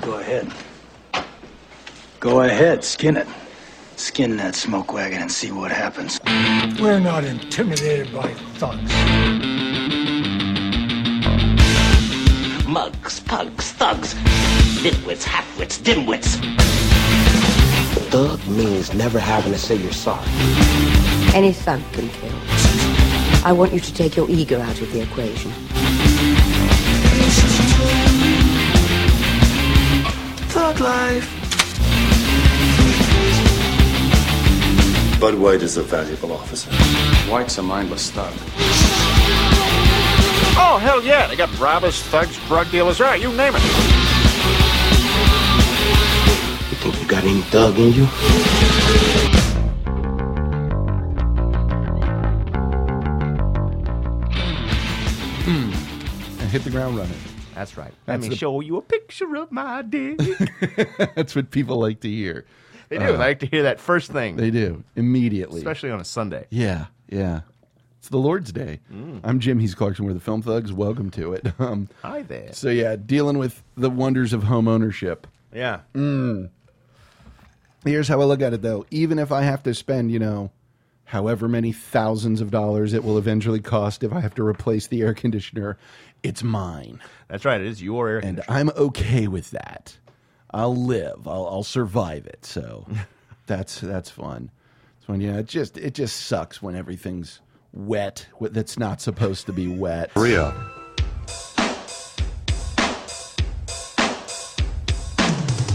Go ahead. Go ahead, skin it. Skin that smoke wagon and see what happens. We're not intimidated by thugs. Mugs, pugs, thugs, nitwits, halfwits, dimwits. Thug means never having to say you're sorry. Any thug can kill. I want you to take your ego out of the equation. Thug life. Bud White is a valuable officer. White's a mindless thug. Oh, hell yeah. They got robbers, thugs, drug dealers, right, you name it. You think you got any thug in you? and hit the ground running. That's right. Let That's me the- show you a picture of my dick. That's what people like to hear. They do. I like to hear that first thing, They do immediately. especially on a Sunday. Yeah, yeah. It's the Lord's Day. I'm Jim. He's Clarkson. We're the Film Thugs. Welcome to it. Mm. Um, Hi there. so yeah, dealing with the wonders of home ownership. Yeah. Here's how I look at it, though. Even if I have to spend, you know, however many thousands of dollars it will eventually cost if I have to replace the air conditioner, it's mine, That's right. It is your air. and conditioner. I'm okay with that. I'll live. I'll, I'll survive it. So that's that's fun. It's when you know it just it just sucks when everything's wet wh- that's not supposed to be wet. Maria.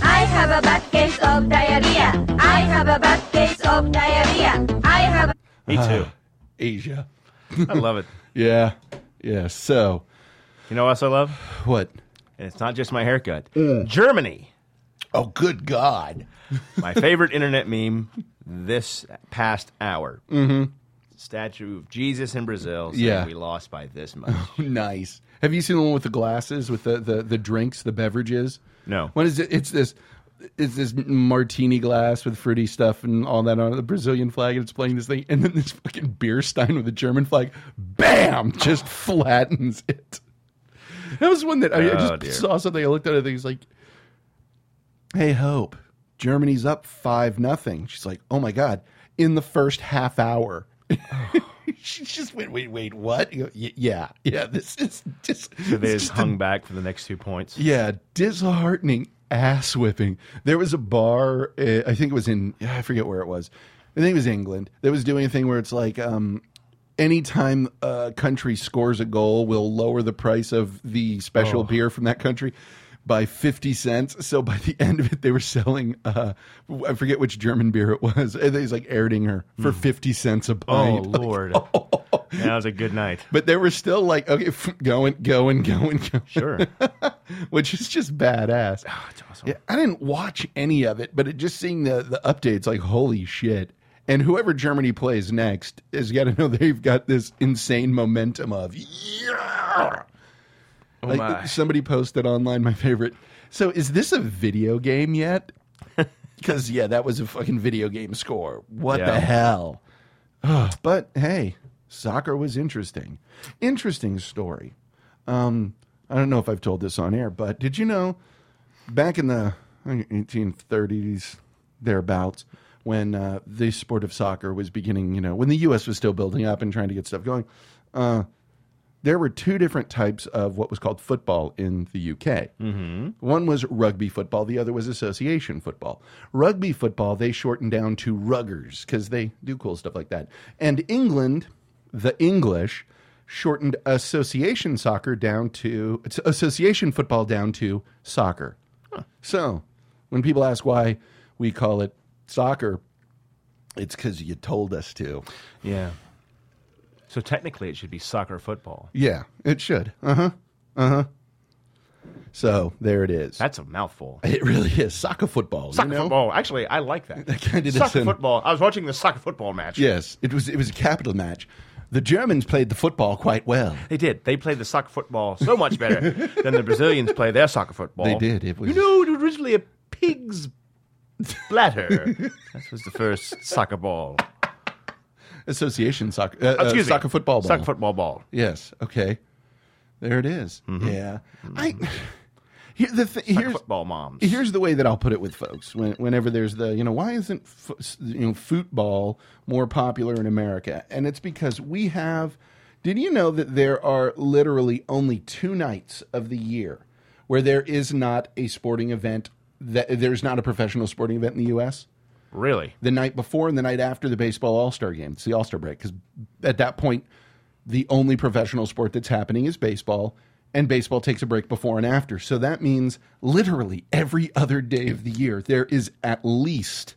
I have a bad case of diarrhea. I have a bad case of diarrhea. I have a Me Uh-huh. too. Asia. I love it. Yeah. Yeah. So You know what else I love? what? And it's not just my haircut. Mm. Germany. Oh, good God. My favorite internet meme this past hour. Mm-hmm. Statue of Jesus in Brazil. Saying Yeah. We lost by this much. Nice. Have you seen the one with the glasses with the the, the drinks, the beverages? No. What is it? It's this. It's this martini glass with fruity stuff and all that on it, the Brazilian flag, and it's playing this thing, and then this fucking beer stein with the German flag, bam, just flattens it. That was one that I, I Oh, just dear. saw something. I looked at it, and it's like, "Hey, Hope, Germany's up five nothing." She's like, "Oh my god!" In the first half hour, she just went, "Wait, wait, what?" You go, "Y- yeah, yeah. This is just So they it's just just hung back for the next two points. yeah, disheartening ass whipping. There was a bar, uh, I think it was in, I forget where it was. I think it was England that was doing a thing where it's like, um, anytime a country scores a goal, we'll lower the price of the special Oh. beer from that country by 50 cents. So by the end of it, they were selling, uh, I forget which German beer it was. And they was like Erdinger for 50 cents a Hmm. Oh, pint. Like, Lord. That was a good night. but they were still like, okay, f- going, going, going, going Sure. Oh, which is just badass. That's awesome. Yeah, I didn't watch any of it, but it just seeing the the updates, like holy shit! And whoever Germany plays next has got to know they've got this insane momentum of yeah. Oh, like my. somebody posted online my favorite. So is this a video game yet? Because yeah, that was a fucking video game score. What Yeah. the hell? Ugh, but hey, soccer was interesting. Interesting story. Um, I don't know if I've told this on air, but did you know back in the I think, 1830s thereabouts when uh, the sport of soccer was beginning you know when the us was still building up and trying to get stuff going uh, there were two different types of what was called football in the uk mm-hmm. one was rugby football the other was association football rugby football they shortened down to ruggers because they do cool stuff like that and england the english shortened association soccer down to association football down to soccer so, when people ask why we call it soccer, it's because you told us to. Yeah. So technically, it should be soccer football. Yeah, it should. Uh huh. Uh huh. So there it is. That's a mouthful. it really is soccer football. Soccer you know? football. Actually, I like that. kinda soccer doesn't- football. I was watching the soccer football match. Yes, it was. It was a capital match. The Germans played the football quite well. They did. They played the soccer football so much better than the Brazilians play their soccer football. They did. It was. Oh. You know, it was originally a pig's bladder. that was the first soccer ball. association soccer. Uh, Oh, uh, excuse me. soccer football. Ball. Soccer football ball. Yes. Okay. There it is. Yeah. I. Here, the th- Like here's Mm-hmm. football moms. Here's the way that I'll put it with folks. When, whenever there's the, you know, why isn't fo- you know football more popular in America? And it's because we have. Did you know that there are literally only two nights of the year where there is not a sporting event that there's not a professional sporting event in the U.S. Really? The night before and the night after the baseball All Star game. It's the All Star break because at that point, the only professional sport that's happening is baseball, and baseball takes a break before and after. So that means literally every other day of the year, there is at least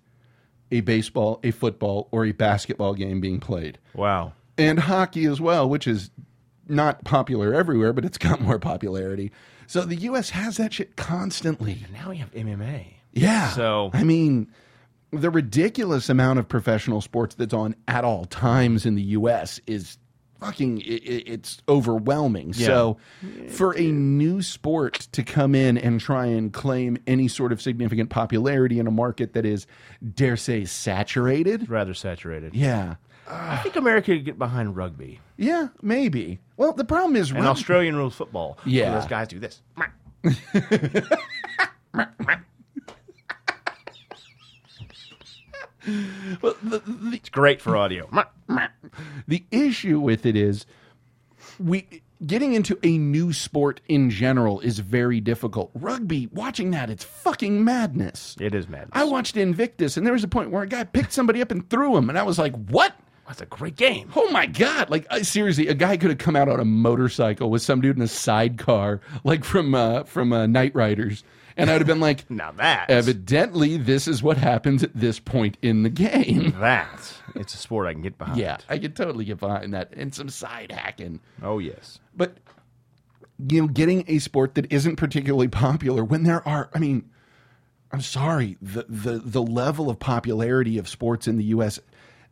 a baseball, a football, or a basketball game being played. Wow. And hockey as well, which is not popular everywhere, but it's got more popularity. So the U.S. has that shit constantly. Now we have MMA. Yeah. So I mean, the ridiculous amount of professional sports that's on at all times in the U.S. is fucking. i i- it's overwhelming. Yeah. So, for a new sport to come in and try and claim any sort of significant popularity in a market that is, dare say, saturated. rather saturated. Yeah. I think America could get behind rugby Yeah. Maybe. Well, the problem is and rug- Australian rules football. Yeah. those guys do this. It's great for audio. The issue with it is we getting into a new sport in general is very difficult. Rugby, watching that, it's fucking madness. It is madness. I watched Invictus, and there was a point where a guy picked somebody up and threw him, and I was like, "What? That's a great game. Oh my god!" Like I, seriously, a guy could have come out on a motorcycle with some dude in a sidecar, like from uh, from uh, Night Riders, and I'd have been like, Now that "Evidently, this is what happens at this point in the game." that it's a sport I can get behind. Yeah, I could totally get behind that, and some side hacking. Oh yes. but you know getting a sport that isn't particularly popular when there are i mean i'm sorry the the the level of popularity of sports in the us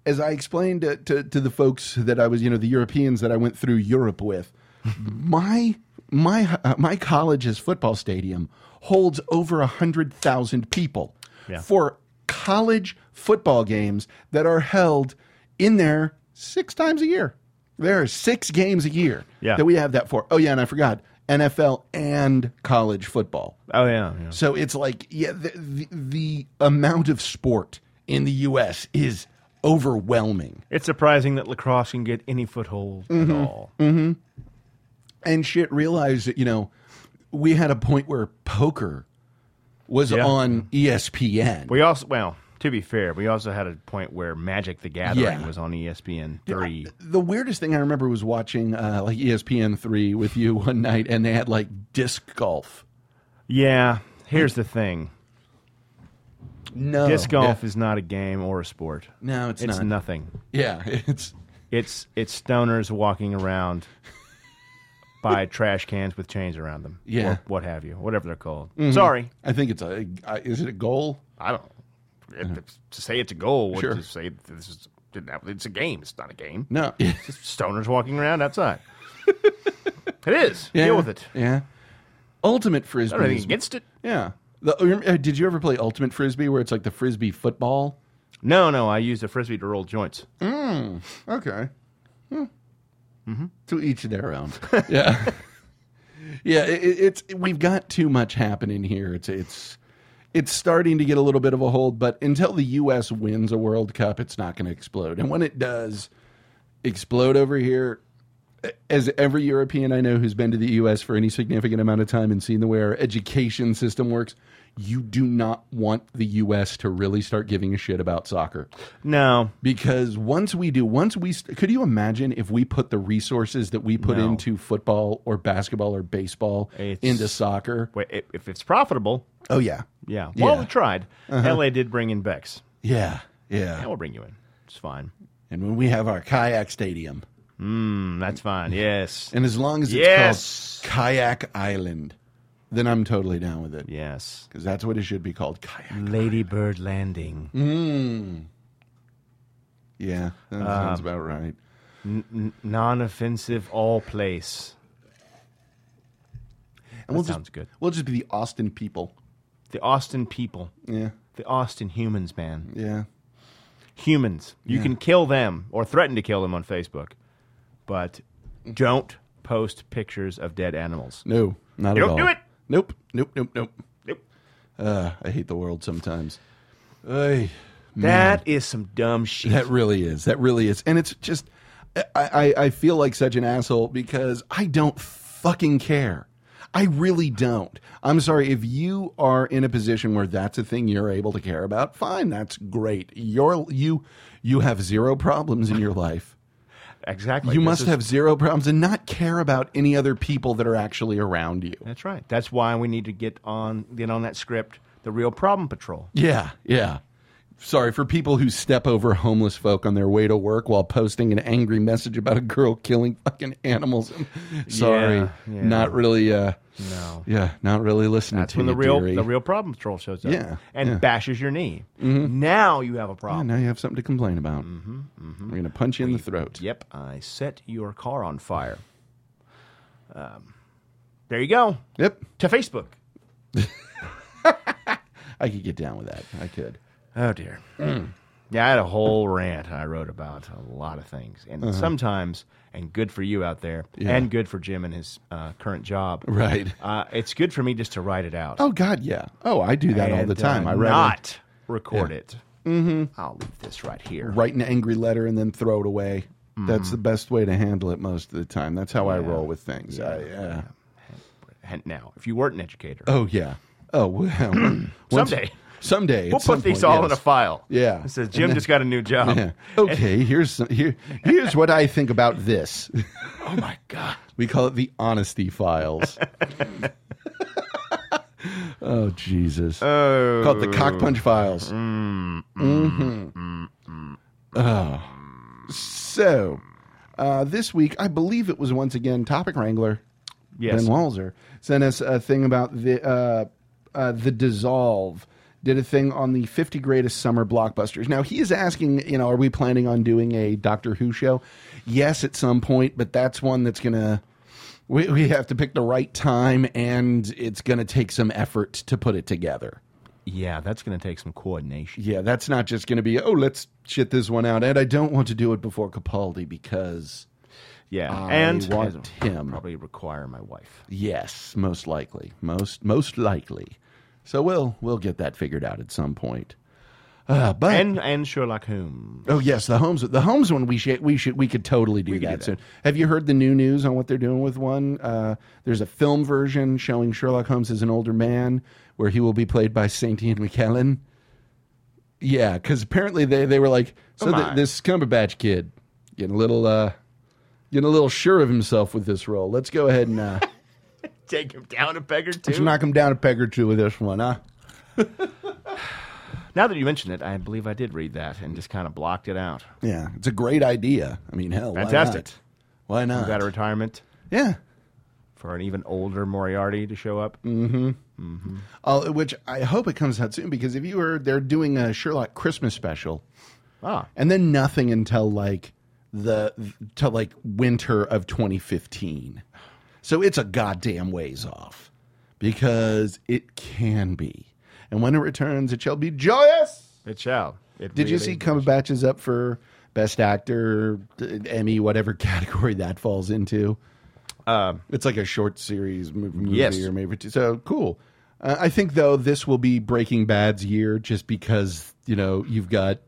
as i explained to to, to the folks that i was you know the europeans that i went through europe with my my uh, my college's football stadium holds over a hundred thousand people Yeah. for college football games that are held in there six times a year. There are six games a year Yeah. that we have that for. Oh yeah, and I forgot NFL and college football. Oh yeah. yeah. So it's like yeah, the, the, the amount of sport in the U.S. is overwhelming. It's surprising that lacrosse can get any foothold at all. and shit realized that you know we had a point where poker was Yeah. on E ESPN. We also well, to be fair, we also had a point where Magic the Gathering Yeah. was on E ESPN three. the weirdest thing I remember was watching uh, like ESPN three with you one night, and they had like disc golf. Yeah. Here's the thing. No, Disc golf Oh, Yeah. is not a game or a sport. No, it's it's not. nothing. yeah, it's It's it's stoners walking around by trash cans with chains around them. Yeah. Mm-hmm. Or what have you. Whatever they're called. Sorry. I think it's a I- is it a goal? I don't if, if- to say it's a goal would Sure. to say this is it's a game. It's not a game. No, It's just stoners walking around outside. it is. Deal with it. Yeah, ultimate I don't frisbee. think is- against it. Yeah, the, uh, did you ever play ultimate frisbee where it's like the frisbee football? No, no, I used a frisbee to roll joints. Okay. To each their own. Mm-hmm. yeah. Yeah. It, it- it's we've got too much happening here. It's it's it's starting to get a little bit of a hold, but until the U.S. wins a World Cup, it's not going to explode. And when it does explode over here, as every European I know who's been to the U.S. for any significant amount of time and seen the way our education system works, you do not want the U.S. to really start giving a shit about soccer No. because once we do once we st- could you imagine if we put the resources that we put No. into football or basketball or baseball It's- into soccer Wait, i- if it's profitable, oh yeah yeah. Yeah. Uh-huh. Well, we tried. LA did bring in Bex. yeah Yeah, yeah we'll bring you in. It's fine. and when we have our kayak stadium Mm, that's fine. Yes. and as long as it's Yes. called kayak island then i'm totally down with it Yes. because that's what it should be called kayak Ladybird Landing. yeah that Um, sounds about right Non offensive all place. and we'll sounds just, good. we'll just be the austin people The Austin people. yeah The Austin humans, man. yeah humans. You Yeah. can kill them or threaten to kill them on Facebook, but don't post pictures of dead animals. no not at Don't all do it. Nope. Nope. Nope. Nope. Nope. Uh, I hate the world sometimes. Ay, man. That is some dumb shit. That really is. That really is. And it's just, I, I, I feel like such an asshole because I don't fucking care. I really don't. I'm sorry. If you are in a position where that's a thing you're able to care about, fine. That's great. You're, you, you have zero problems in your life. exactly. you This must is- have zero problems and not care about any other people that are actually around you. That's right. That's why we need to get on get on that script. The real problem patrol. Yeah, yeah. Sorry for people who step over homeless folk on their way to work while posting an angry message about a girl killing fucking animals. Sorry, Yeah, yeah. not really. Uh, No. yeah, not really listening That's to when you, the real dearie. the real problem patrol shows up. Yeah, and yeah. Mm-hmm. bashes your knee. Now you have a Yeah, problem. now you have something to complain about. We're gonna punch you in the throat. Mm-hmm, Yep, I set your car on fire. Um, there you go. Yep, To Facebook. I could get down with that. I could. Oh dear. Mm. Yeah, I had a whole rant I wrote about a lot of things, and sometimes, and good for you out there, Uh-huh. Yeah. and good for Jim and his uh, current job. Right. Uh, it's good for me just to write it out. Oh God, yeah. Oh, I do that all and, the time. uh, I write not record Yeah. it. Mm-hmm. I'll leave this right here. write an angry letter and then throw it away. Mm-hmm. That's the best way to handle it most of the time. That's how I roll with things. I, uh, yeah. And now, if you weren't an educator, Oh yeah. Oh well. once- Someday. Someday. we'll at some put these point, all yes. in a file. Yeah. It says And Jim then- just got a new job. Yeah. Okay. Here's some, here. Here's what I think about this. Oh my god. We call it the honesty files. oh Jesus. Oh. Mm, Called the cock punch files. Mm-hmm. hmm Oh. So, uh, this week I believe it was once again topic wrangler. Yes. Ben Walzer sent us a thing about the uh, uh, the dissolve. Did a thing on the 50 greatest summer blockbusters. Now he is asking, you know, are we planning on doing a Doctor Who show? Yes, at some point, but that's one that's gonna we, we have to pick the right time, and it's gonna take some effort to put it together. Yeah, that's going to take some coordination. Yeah, that's not just gonna be oh let's shit this one out, and I don't want to do it before Capaldi because Yeah, I and want him. probably require my wife. Yes, most likely. Most most likely. So we'll we'll get that figured out at some point. Uh, but And and Sherlock Holmes. oh yes, the Holmes the Holmes one we should we should we could totally do that soon. Have you heard the new news on what they're doing with one? Uh, there's a film version showing Sherlock Holmes as an older man, where he will be played by Saint Ian McKellen. Yeah, because apparently they they were like, so Oh, th- my. this Cumberbatch kid getting a little uh, getting a little sure of himself with this role. Let's go ahead and. Uh, Take him down a peg or Let's two. knock him down a peg or two with this one, huh? now that you mention it, I believe I did read that and just kind of blocked it out. Yeah, it's a great idea. I mean, hell, Fantastic. Why not? You got a retirement yeah. for an even older Moriarty to show up. Mm. Uh, which I hope it comes out soon because if you heard, they're doing a Sherlock Christmas special, Ah, and then nothing until like the till like winter of 2015. So it's a goddamn ways off because it can be. And when it returns, it shall be joyous. it shall. It Did you really see will. Cumberbatch is up for Best Actor, uh, Emmy, whatever category that falls into? it's like a short series movie, movie Um, Yes. or maybe two. So cool. Uh, I think though this will be Breaking Bad's year, just because you know you've got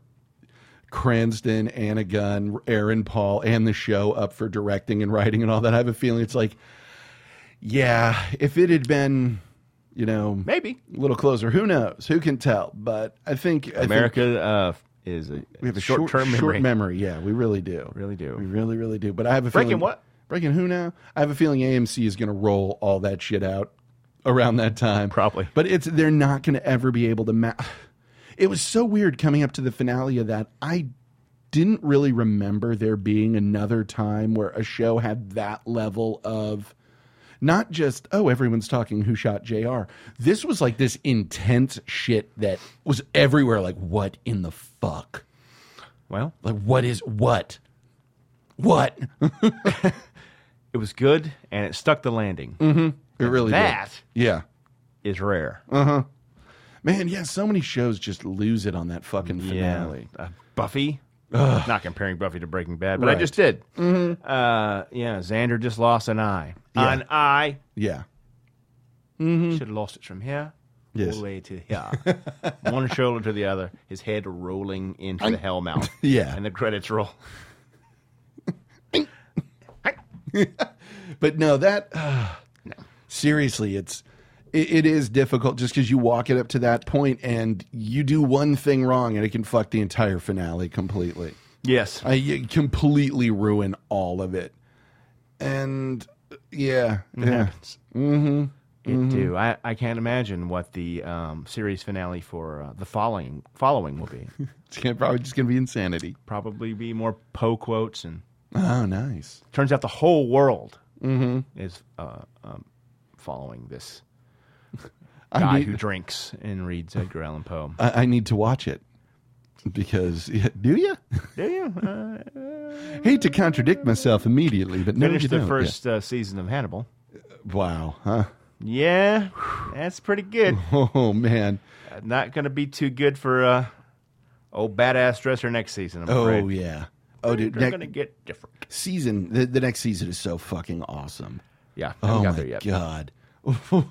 Cranston, Anna Gunn, Aaron Paul, and the show up for directing and writing and all that. I have a feeling it's like, yeah, if it had been, you know, Maybe a little closer. Who knows? Who can tell? But I think I think- America uh, is a we have a short short-term memory. Short memory, yeah, we really do. Really do. We really, really do. But I have a Breaking feeling, what? Breaking who now? I have a feeling AMC is going to roll all that shit out around that time, Probably. But it's they're not going to ever be able to. Ma- it was so weird coming up to the finale of that. I didn't really remember there being another time where a show had that level of not just oh everyone's talking who shot jr this was like this intense shit that was everywhere like what in the fuck Well, like what is what what it was good and it stuck the landing. Mm-hmm. it really That did. yeah is rare. man yeah so many shows just lose it on that fucking finale Uh, Buffy. Not comparing Buffy to Breaking Bad, but Right. I just did. Uh, yeah, Xander just lost an eye. An eye. yeah Should have lost it from here Mm-hmm. Yes. all the way to here. One shoulder to the other, his head rolling into the hell mouth. Yeah. And the credits roll. but no, that uh, seriously, it's it, it is difficult just because you walk it up to that point and you do one thing wrong and it can fuck the entire finale completely. Yes. I you completely ruin all of it, and yeah, yeah, happens. It Mm-hmm. do. I, I can't imagine what the um, series finale for uh, the following following will be. it's gonna, probably just gonna be insanity. Probably be more Poe quotes, and Oh, nice. turns out the whole world Mm-hmm. is uh, um, following this guy need- who drinks and reads Edgar Allan Poe. I, I need to watch it because yeah, do you? There you go. Uh, Hate to contradict myself immediately, but no, you finished the don't. first uh, season of Hannibal. Yeah. Wow, huh? Yeah, that's pretty good. Uh, Oh man. Not going to be too good for uh, old badass dresser next season. I'm Oh afraid. yeah. Oh, dude. They're Next going to get different. season. The, the next season is so fucking awesome. Yeah, I haven't Oh got my there yet. god.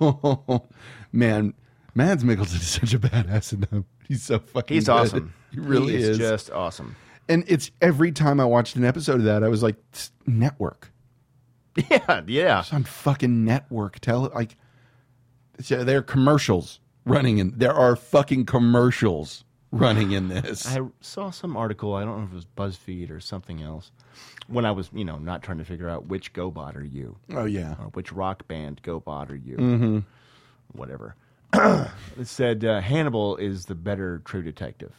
man, Mads Mikkelsen is such a badass in them. He's so fucking. He's good. awesome. He really He is. just awesome. and it's every time I watched an episode of that, I was like, "It's network. Yeah, yeah. It's on fucking network. Tell like, so there are commercials running in. There are fucking commercials running in this. I saw some article. I don't know if it was BuzzFeed or something else. When I was, you know, not trying to figure out which GoBot are you oh yeah. or uh, which rock band GoBot are you, Mm-hmm. whatever. it said uh, Hannibal is the better True Detective.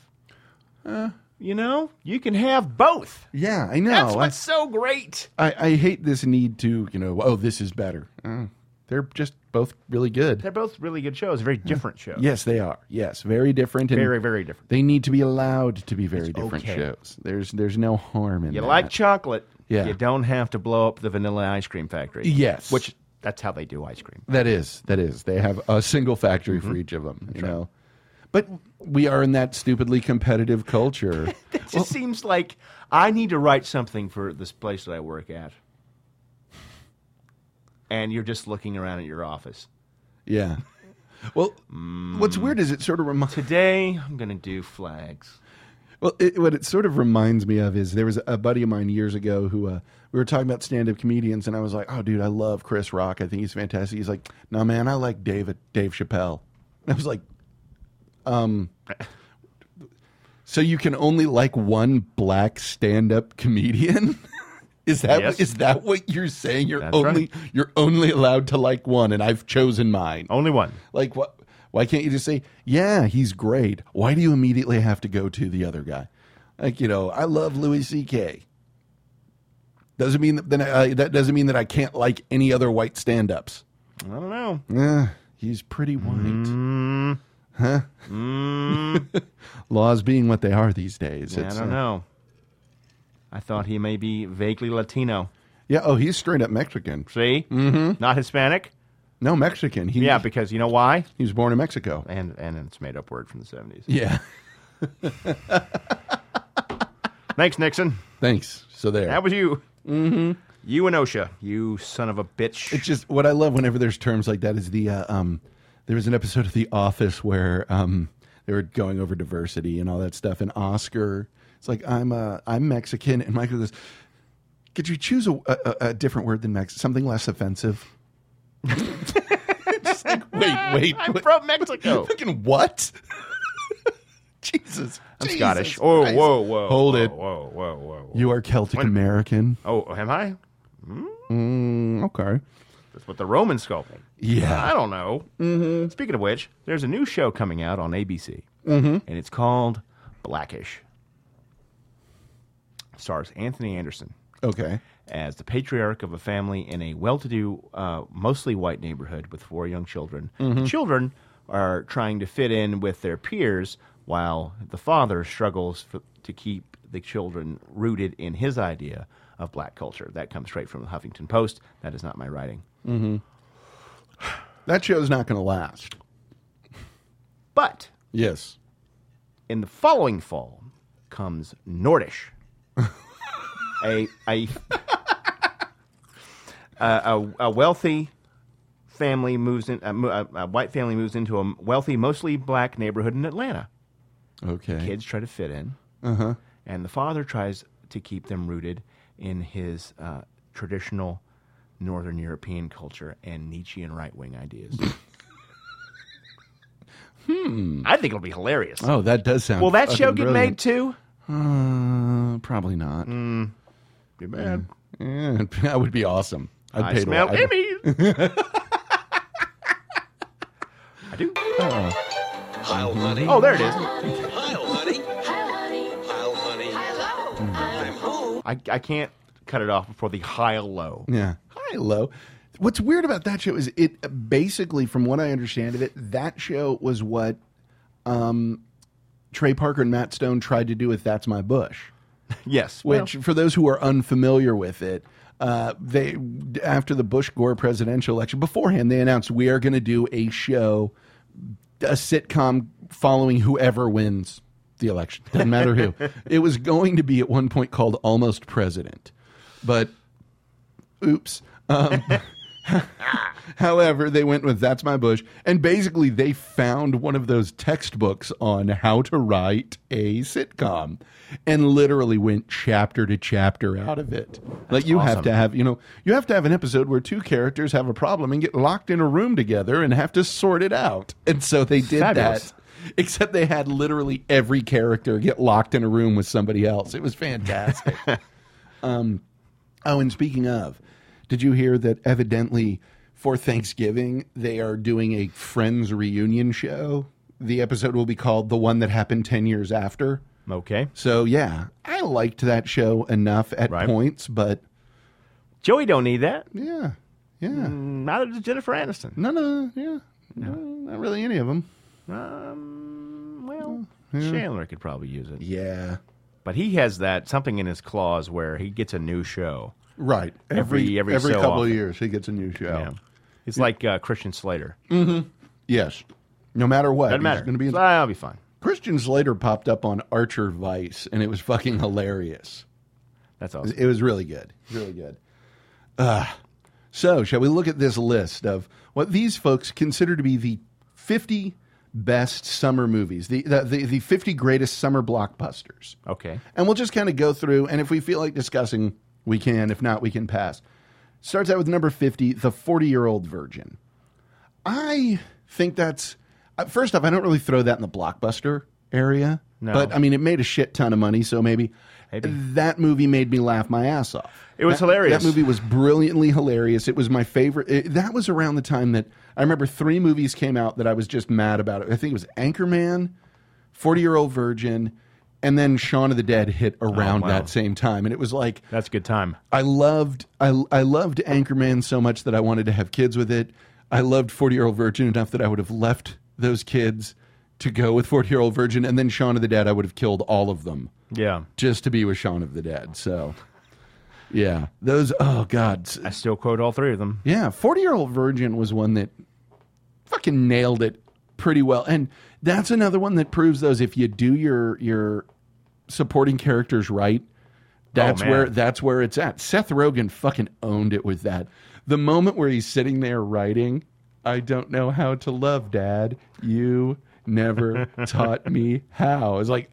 you know, you can have both. Yeah, I know. That's I- what's so great. I, I hate this need to, you know, oh, this is better. Mm. They're just both really good. They're both really good shows. Very different shows. Yes, they are. Yes, very different. And very, very different. They need to be allowed to be very different okay. shows. There's there's no harm in You that. like chocolate. Yeah. You don't have to blow up the vanilla ice cream factory. Yes. Which that's how they do ice cream. that is that is. They have a single factory for each of them. You know, but we are in that stupidly competitive culture. It just seems like I need to write something for this place that I work at. And you're just looking around at your office. yeah. Well, what's weird is it sort of reminds. Today, I'm going to do flags. Well, it, what it sort of reminds me of is there was a buddy of mine years ago who uh, we were talking about stand up comedians, and I was like, "Oh, dude, I love Chris Rock. I think he's fantastic." He's like, "No, man, I like David Dave Chappelle." And I was like, "Um, so you can only like one black stand up comedian." Is that Yes. is that what you're saying? You're That's only you're only allowed to like one, and I've chosen mine. Only one. Like what? Why can't you just say, "Yeah, he's great"? Why do you immediately have to go to the other guy? Like you know, I love Louis C.K. Doesn't mean that then I, that doesn't mean that I can't like any other white stand-ups. I don't know. Eh, he's pretty white, Mm-hmm. huh? Laws being what they are these days. Yeah, I it's, don't uh, know. I thought he may be vaguely Latino. Yeah. Oh, he's straight up Mexican. See? Mm-hmm. Not Hispanic? No, Mexican. He, Yeah, because you know why? he was born in Mexico. And and it's a made up word from the 70s. Yeah. Thanks, Nixon. Thanks. So there. That was you. Mm-hmm. You and OSHA. You son of a bitch. It's just what I love whenever there's terms like that is the uh, um, there was an episode of The Office where um, they were going over diversity and all that stuff, and Oscar, it's like I'm uh, I'm Mexican, and Michael goes, could you choose a, a, a- a different word than Mex, something less offensive? Just like, wait, wait, I'm wait. from Mexico. fucking what? Jesus, I'm Jesus Scottish. Oh, Christ. whoa, whoa. hold whoa, it. Whoa, whoa, whoa. whoa. You are Celtic American. Oh, am I? Mm, okay. That's what the Romans called me. I Yeah. don't know. Mm-hmm. Speaking of which, there's a new show coming out on ABC, mm-hmm. and it's called Blackish. Stars Anthony Anderson Okay. as the patriarch of a family in a well-to-do, uh, mostly white neighborhood with four young children. The children are trying to fit in with their peers, while the father struggles for, to keep the children rooted in his idea of black culture. That comes straight from the Huffington Post. That is not my writing. That show's not going to last. But Yes. in the following fall comes Nordish, a a a, a, a wealthy family moves in, a, mo- a, a white family moves into a wealthy, mostly black neighborhood in Atlanta. Okay. Kids try to fit in, Uh-huh. and the father tries to keep them rooted in his uh, traditional Northern European culture and Nietzschean right wing ideas. Hmm. I think it'll be hilarious. Oh, that does sound. Will that show fucking get made brilliant. too? Uh, probably not. Be bad. Yeah, that would be awesome. I'd I pay to smell wa- I do. Uh-oh. Heil, honey. Oh, there it is. Heil, honey. Heil, honey. Heil, honey. Hello. I'm home. I, I can't cut it off before the high low. Yeah. Hi, low. What's weird about that show is it basically, from what I understand of it, that show was what um, Trey Parker and Matt Stone tried to do with That's My Bush. Yes. Which, for those who are unfamiliar with it, uh, they after the Bush Gore presidential election, beforehand they announced we are going to do a show, a sitcom following whoever wins the election. Doesn't matter who. It was going to be at one point called Almost President, but oops. Um, However, they went with That's My Bush. And basically, they found one of those textbooks on how to write a sitcom and literally went chapter to chapter out of it. like, you have awesome. to have, you know, you have to have an episode where two characters have a problem and get locked in a room together and have to sort it out. And so they did Fabulous. that. Except they had literally every character get locked in a room with somebody else. It was fantastic. Um, oh, and speaking of, did you hear that evidently for Thanksgiving they are doing a Friends reunion show? The episode will be called The One That Happened 10 Years After. Okay. So, yeah, I liked that show enough at points, but. Joey don't need that. Yeah. Yeah. neither does Jennifer Aniston. None of, yeah. No, not really any of them. Um, well, Mm, Yeah. Chandler could probably use it. Yeah. But he has that something in his claws where he gets a new show. Right. Every- every so couple often. of years he gets a new show. Yeah. It's like uh, Christian Slater. Mm-hmm. Yes. No matter what. Doesn't he's matter. Gonna be in- I'll be fine. Christian Slater popped up on Archer Vice, and it was fucking hilarious. That's awesome. It was really good. Really good. Uh, so, shall we look at this list of what these folks consider to be the 50 best summer movies, the, the, the, the 50 greatest summer blockbusters? Okay. And we'll just kind of go through, and if we feel like discussing, we can. If not, we can pass. Starts out with number 50, The 40 Year Old Virgin. I think that's, uh, first off, I don't really throw that in the blockbuster area. No. But I mean, it made a shit ton of money, so maybe, that movie made me laugh my ass off. It was That- hilarious. That movie was brilliantly hilarious. It was my favorite. it- that was around the time that I remember three movies came out that I was just mad about. It. I think it was Anchorman, 40 Year Old Virgin, and then Shaun of the Dead hit around wow. that same time. And it was like, That's a good time. I loved I I loved Anchorman so much that I wanted to have kids with it. I loved Forty Year Old Virgin enough that I would have left those kids to go with Forty Year Old Virgin, and then Shaun of the Dead. I would have killed all of them Yeah. just to be with Shaun of the Dead. So, yeah, those. Oh God, I still quote all three of them. yeah, Forty Year Old Virgin was one that fucking nailed it pretty well, and that's another one that proves those if you do your your supporting characters right, that's man. where that's where it's at. Seth Rogen fucking owned it with that. The moment where he's sitting there writing, I don't know how to love, Dad. You never taught me how. It's like,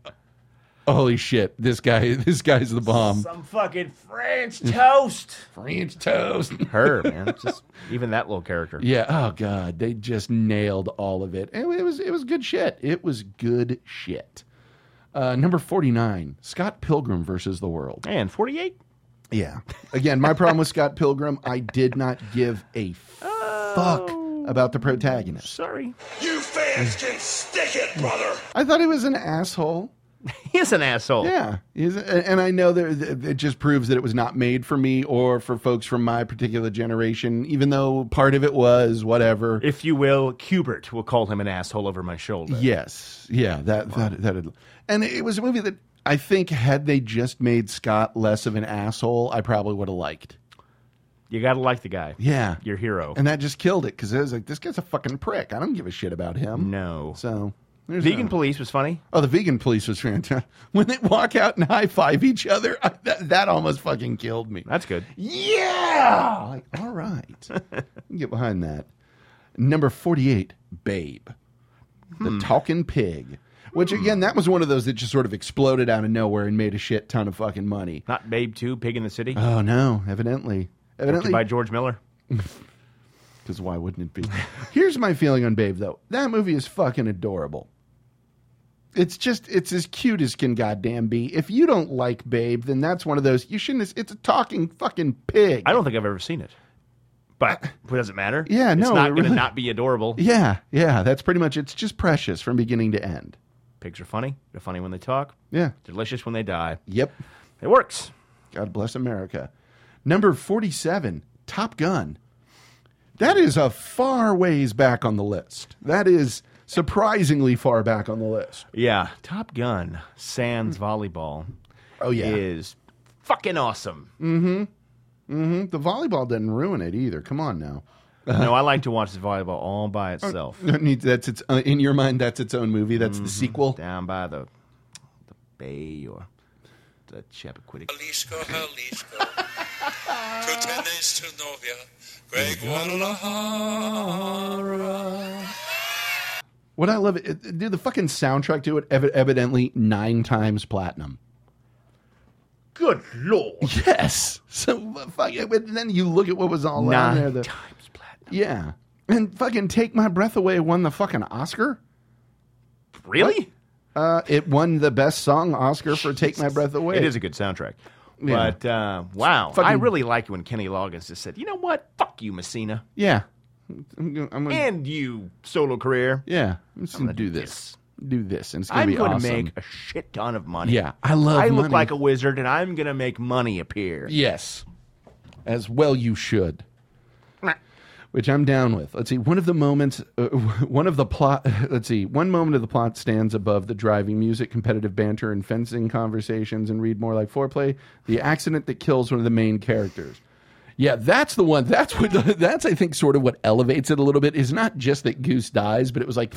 holy shit, this guy, this guy's the bomb. Some fucking French toast. French toast. Her, man. Just even that little character. Yeah. Oh god, they just nailed all of it. It, it was it was good shit. It was good shit. Uh, number forty nine, Scott Pilgrim versus the World. And 48? Yeah. Again, my problem with Scott Pilgrim, I did not give a fuck about the protagonist. Sorry. You fans can stick it, brother. I thought he was an asshole. He is an asshole. Yeah, He's- and I know that it just proves that it was not made for me or for folks from my particular generation. Even though part of it was whatever. If you will, Cubert will call him an asshole over my shoulder. Yes, yeah, that that that, had- and it was a movie that I think had they just made Scott less of an asshole, I probably would have liked. You got to like the guy. Yeah, Your hero. and that just killed it because it was like this guy's a fucking prick. I don't give a shit about him. No. So there's Vegan that. Police was funny. Oh, the vegan police was fantastic. When they walk out and high five each other, I, that, that almost fucking killed me. That's good. Yeah. Like, all right. I can get behind that. Number 48, Babe, the talking pig. Which again, that was one of those that just sort of exploded out of nowhere and made a shit ton of fucking money. Not Babe Two, Pig in the City. Oh no, evidently, evidently by George Miller. Because why wouldn't it be? Here's my feeling on Babe though. That movie is fucking adorable. It's just it's as cute as can goddamn be. If you don't like Babe, then that's one of those you shouldn't. It's a talking fucking pig. I don't think I've ever seen it, but it doesn't matter. Uh, Yeah, it's no, not it going to really- not be adorable. Yeah, yeah. That's pretty much. It's just precious from beginning to end. Pigs are funny. They're funny when they talk. Yeah. Delicious when they die. Yep. It works. God bless America. Number 47, Top Gun. That is a far ways back on the list. That is surprisingly far back on the list. Yeah, Top Gun, Sands volleyball. Oh, Hmm. yeah. is fucking awesome. Mm hmm. Mm hmm. The volleyball didn't ruin it either. Come on now. Uh-huh. no, I like to watch the volleyball all by itself. That needs- That's its, uh, in your mind, that's its own movie. That's the Mhm. sequel. Down by the the bay or the Chappaquiddick. Jalisco, Jalisco. Pretendez to novia. Greg Guadalajara. What I love, it, it- dude, the fucking soundtrack to it, ev- evidently nine times platinum. Good lord. Yes. So uh, fuck it. But then you look at what was all on Nine there. The, times platinum. Yeah. And fucking Take My Breath Away won the fucking Oscar. Really? Uh, it won the best song Oscar for Take My Breath Away. It is a good soundtrack. Yeah. But uh, wow, Fucking- I really like when Kenny Loggins just said, "You know what? Fuck you, Messina, Yeah. I'm gonna, I'm gonna, and you solo career. yeah. I'm just gonna do this. Do this, and it's gonna I'm be gonna awesome. make a shit ton of money. Yeah, I love I look money. like a wizard, and I'm gonna make money appear. Yes. As well you should. Which I'm down with. Let's see. One of the moments, uh, one of the plot, let's see. One moment of the plot stands above the driving music, competitive banter, and fencing conversations, and read more like foreplay. The accident that kills one of the main characters. Yeah, that's the one. That's what. That's I think sort of what elevates it a little bit. Is not just that Goose dies, but it was like,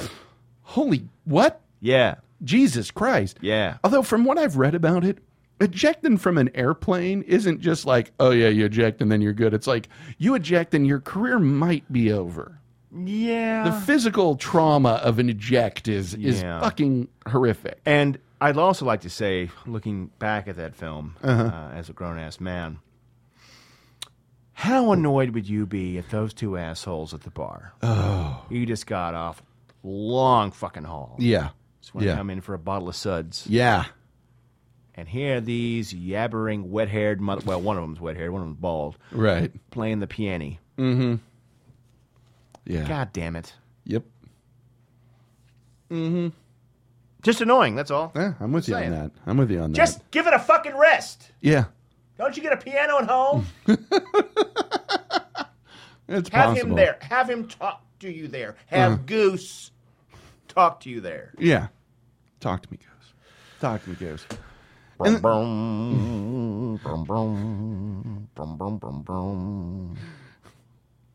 holy what? Yeah, Jesus Christ. yeah. Although, from what I've read about it, ejecting from an airplane isn't just like, oh, yeah, you eject and then you're good. It's like you eject and your career might be over. Yeah. The physical trauma of an eject is, is Yeah. fucking horrific. And I'd also like to say, looking back at that film Uh-huh. uh, as a grown ass man, how annoyed would you be at those two assholes at the bar? Oh. You just got off long fucking haul. Yeah. Just want to Yeah. come in for a bottle of suds. Yeah. And here are these yabbering, wet haired mother. Well, one of them's wet haired, one of them's bald. Right. Playing the piano. Mm hmm. Yeah. God damn it. Yep. Mm hmm. Just annoying, that's all. Yeah, Eh, I'm with Just you saying. on that. I'm with you on that. Just give it a fucking rest. yeah. Don't you get a piano at home? It's Have possible. him there. Have him talk to you there. Have Uh-huh. Goose talk to you there. Yeah. Talk to me, Goose. Talk to me, Goose. And-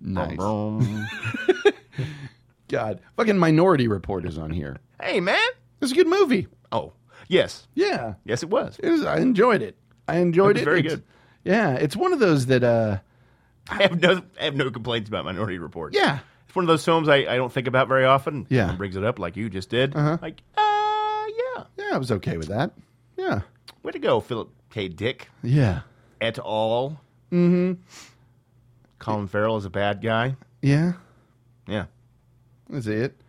Nice. God, fucking Minority Report is on here. Hey, man. It's a good movie. Oh, yes. Yeah, Yes, it was. it was, I enjoyed it. I enjoyed It was it. very It's- good. Yeah, it's one of those that. uh I have no I have no complaints about Minority Report. Yeah. It's one of those films I, I don't think about very often. Yeah. Someone brings it up like you just did. Uh-huh. Like, uh, yeah. Yeah, I was okay with that. Yeah, Way to go, Philip K. Dick yeah, et al. mm-hmm. Colin Farrell is a bad guy. Yeah, Yeah. that's it.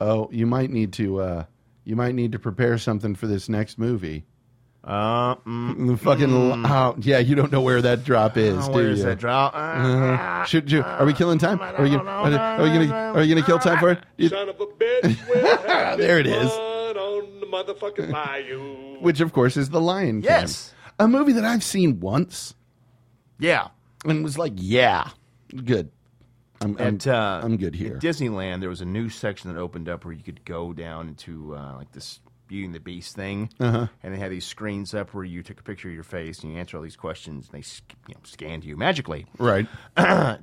Oh, you might need to. uh You might need to prepare something for this next movie. Uh, mm, The fucking mm. oh, yeah, you don't know where that drop Oh, is, do where's you? that drop? Uh, Uh-huh. Should, should- are we killing time? Are we gonna, are, are we gonna are we gonna kill time for it? You- Son of a bitch. We'll have There it this is. blood On the motherfucking bayou. which of course is The Lion King. Yes. A movie that I've seen once Yeah. and was like, yeah, good. I'm I'm, At, uh, I'm good here. At Disneyland, there was a new section that opened up where you could go down into uh, like this Beauty and the Beast thing, Uh-huh. and they had these screens up where you took a picture of your face and you answer all these questions, and they sc- you know, scanned you magically Right.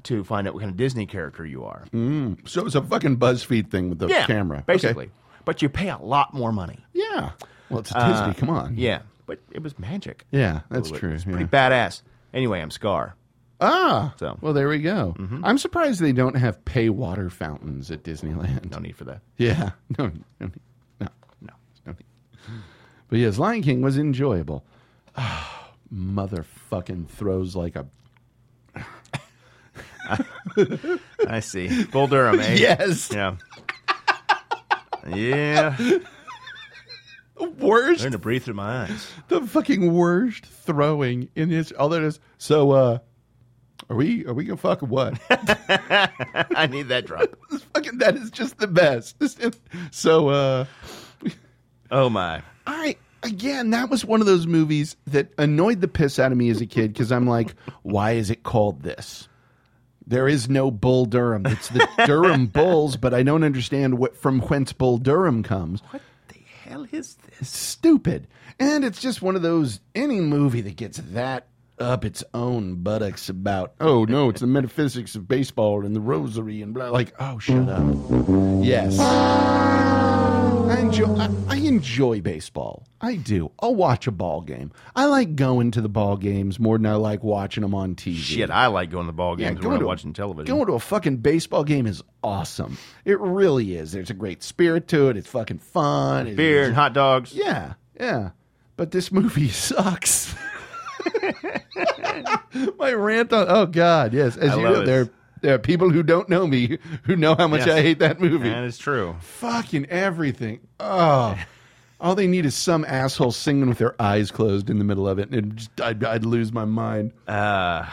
to find out what kind of Disney character you are. Mm. So it's a fucking BuzzFeed thing with the yeah, camera, basically. Okay. But you pay a lot more money. Yeah. Well, it's Disney. Uh, come on. Yeah, but it was magic. Mm. Yeah, that's Blew it. true. It's yeah. pretty badass. Anyway, I'm Scar. Ah, so well, there we go. I'm surprised they don't have pay water fountains at Disneyland. No need for that. Yeah, no, no, need. no, no, no need. But yes, Lion King was enjoyable. Ah, motherfucking throws like a. I see. Bull Durham, eh? Yes. Yeah. Yeah. Worst. Learn to breathe through my eyes. the fucking worst throwing in his. All that is. So, uh, are we are we gonna fuck or what? I need that drop. This fucking that is just the best. This is- So, uh, oh my. I again, that was one of those movies that annoyed the piss out of me as a kid because I'm like, why is it called this? There is no Bull Durham. It's the Durham Bulls, but I don't understand what from whence Bull Durham comes. What Hell is this? It's stupid. And it's just one of those any movie that gets that up its own buttocks about oh no, it's the metaphysics of baseball and the rosary and blah like oh shut up. Yes. I enjoy I, I enjoy baseball. I do. I'll watch a ball game. I like going to the ball games more than I like watching them on TV. Shit, I like going to ball games when I'm watching television. Going to a fucking baseball game is awesome. It really is. There's a great spirit to it. It's fucking fun. It's- Beer and hot dogs. yeah, yeah. But this movie sucks. My rant on oh god, yes. As I you love know, it. there there are people who don't know me who know how much Yes. I hate that movie. That is true. Fucking everything. Oh. All they need is some asshole singing with their eyes closed in the middle of it, and it'd just, I'd, I'd lose my mind. Uh,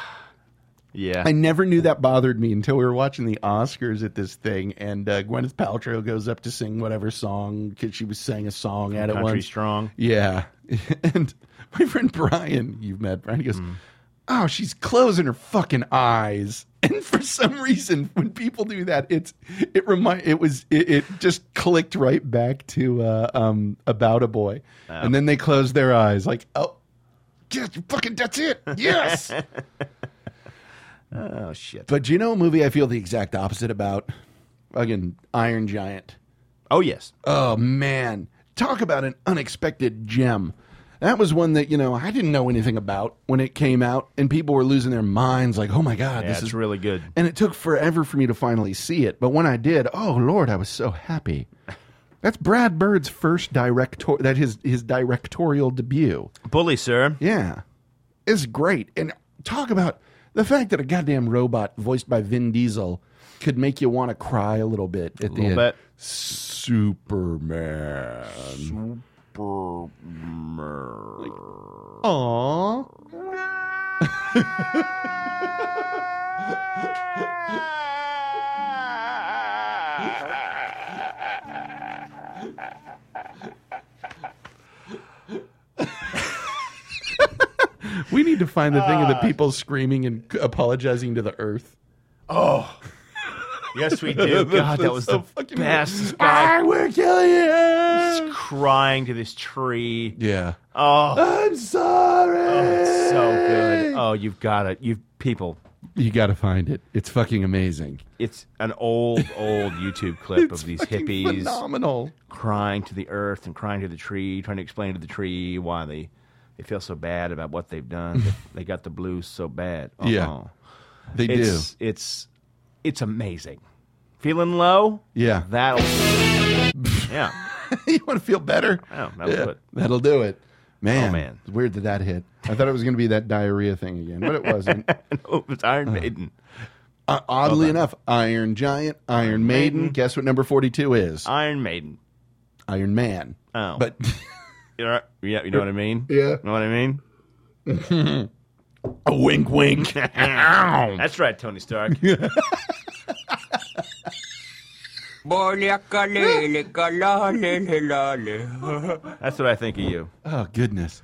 yeah. I never knew that bothered me until we were watching the Oscars at this thing, and uh, Gwyneth Paltrow goes up to sing whatever song because she was sang a song at it Country once. strong. Yeah. And my friend Brian, you've met Brian, he goes, Oh, she's closing her fucking eyes. And for some reason, when people do that, it's it remind it was it, it just clicked right back to uh, um, about a boy, and then they close their eyes like oh, just fucking that's it yes. Oh shit. but do you know a movie I feel the exact opposite about? Fucking Iron Giant. Oh yes. Oh man, talk about an unexpected gem. That was one that you know I didn't know anything about when it came out, and people were losing their minds. Like, oh my god, Yeah, this it's is really good. And it took forever for me to finally see it, but when I did, oh lord, I was so happy. That's Brad Bird's first director. That his his directorial debut. Bully, sir. Yeah. It's great. And talk about the fact that a goddamn robot voiced by Vin Diesel could make you want to cry a little bit at the Little end. bit. Superman. Superman. Aw. We need to find the thing of the people screaming and apologizing to the earth. Yes, we do. God, that was so the fucking- best. This I guy will kill you. was crying to this tree. Yeah. Oh, I'm sorry. it's so good. Oh, you've got it. You've people. You got to find it. It's fucking amazing. It's an old, old YouTube clip of these fucking hippies Phenomenal. crying to the earth and crying to the tree, trying to explain to the tree why they, they feel so bad about what they've done. they got the blues so bad. Oh, Mm-hmm. Yeah. They it's, It's it's amazing. Feeling low? Yeah. That'll Yeah. do. you want to feel better? Oh, that'll do it. That'll do it. Man, Oh, man. It's weird that that hit. I thought it was going to be that diarrhea thing again, but it wasn't. No, it's Iron Uh-huh. Maiden. Uh, oddly enough, Iron Giant, Iron Maiden. Maiden. Guess what number 42 is? Iron Maiden. Iron Man. Oh. But You know, yeah, you know what I mean? Yeah. You know what I mean? a wink, wink. That's right, Tony Stark. That's what I think of you. Oh goodness.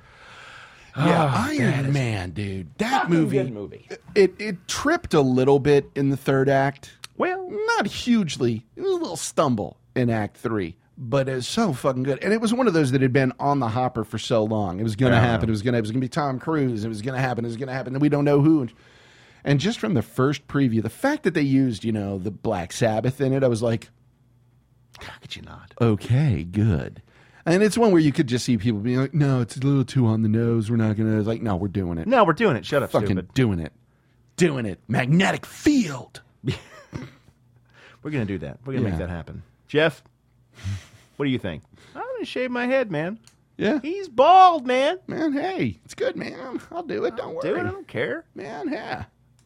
Yeah, Iron Man, dude. That movie, It it tripped a little bit in the third act. Well- not hugely. It was a little stumble in Act Three, but it was so fucking good. And it was one of those that had been on the hopper for so long. It was going to Yeah. happen. It was going to. It was going to be Tom Cruise. It was going to happen. It was going to happen. And we don't know who. And just from the first preview, the fact that they used you know the Black Sabbath in it, I was like, How could you not? okay, good. And it's one where you could just see people being like, no, it's a little too on the nose. We're not going to. Like, no, we're doing it. No, we're doing it. Shut up, fucking stupid. doing it. doing it. Magnetic field. We're gonna do that. We're gonna Yeah. make that happen. Jeff, what do you think? I'm gonna shave my head, man. Yeah. He's bald, man. Man, hey, it's good, man. I'm- I'll do it. Don't Do it. worry. I don't care. Man, yeah.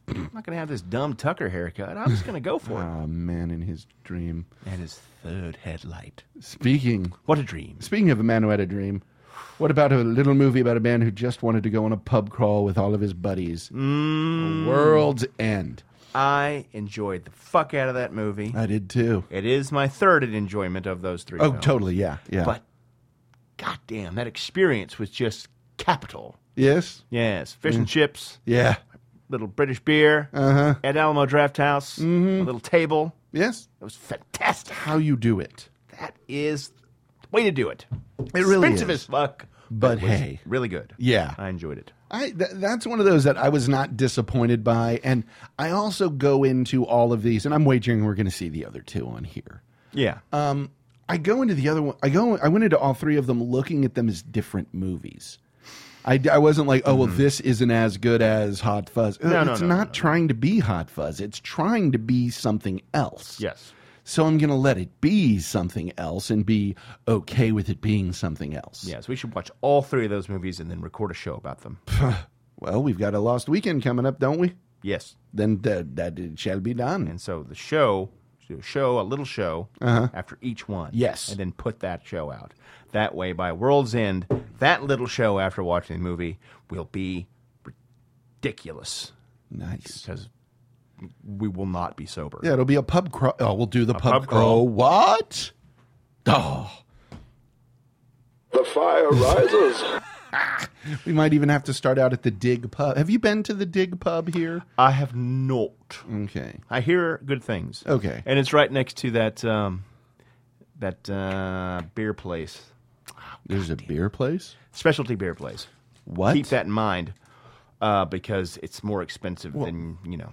I'm not gonna have this dumb Tucker haircut. I'm just gonna go for it. Ah, man in his dream. And his third headlight. Speaking. What a dream. Speaking of a man who had a dream, what about a little movie about a man who just wanted to go on a pub crawl with all of his buddies? Mm. World's End. I enjoyed the fuck out of that movie. I did too. It is my third in enjoyment of those three. Oh, films. totally. Yeah. Yeah. But goddamn, that experience was just capital. yes. Yes, fish Mm. and chips, Yeah. little British beer, Uh huh. at Alamo Draft House, Mm-hmm. a little table. Yes. It was fantastic. How you do it. That is the way to do it. It really expensive is. as fuck, But it was hey. really good. Yeah. I enjoyed it. I th- that's one of those that I was not disappointed by, and I also go into all of these, and I'm wagering we're going to see the other two on here. Yeah, Um, I go into the other one. I go. I went into all three of them looking at them as different movies. I, d- I wasn't like, oh well, this isn't as good as Hot Fuzz. Mm-hmm. No, no, it's no, not no, no. trying to be Hot Fuzz. It's trying to be something else. yes, So I'm going to let it be something else and be okay with it being something else. yes. We should watch all three of those movies and then record a show about them. Well, we've got a Lost Weekend coming up, don't we? yes, Then th- that it shall be done. and so the show do a show a little show after each one Uh-huh. Yes. and then put that show out that way by world's end that little show after watching the movie will be ridiculous nice. because we will not be sober Yeah, it'll be a pub crawl. Oh, we'll do the pub, pub crawl. crawl. Oh, what? Oh, The fire rises. we might even have to start out at the Dig Pub. Have you been to the Dig Pub here? i have not Okay. i hear good things Okay. and it's right next to that um that uh beer place There's a beer place? specialty beer place What? keep that in mind uh because it's more expensive than you know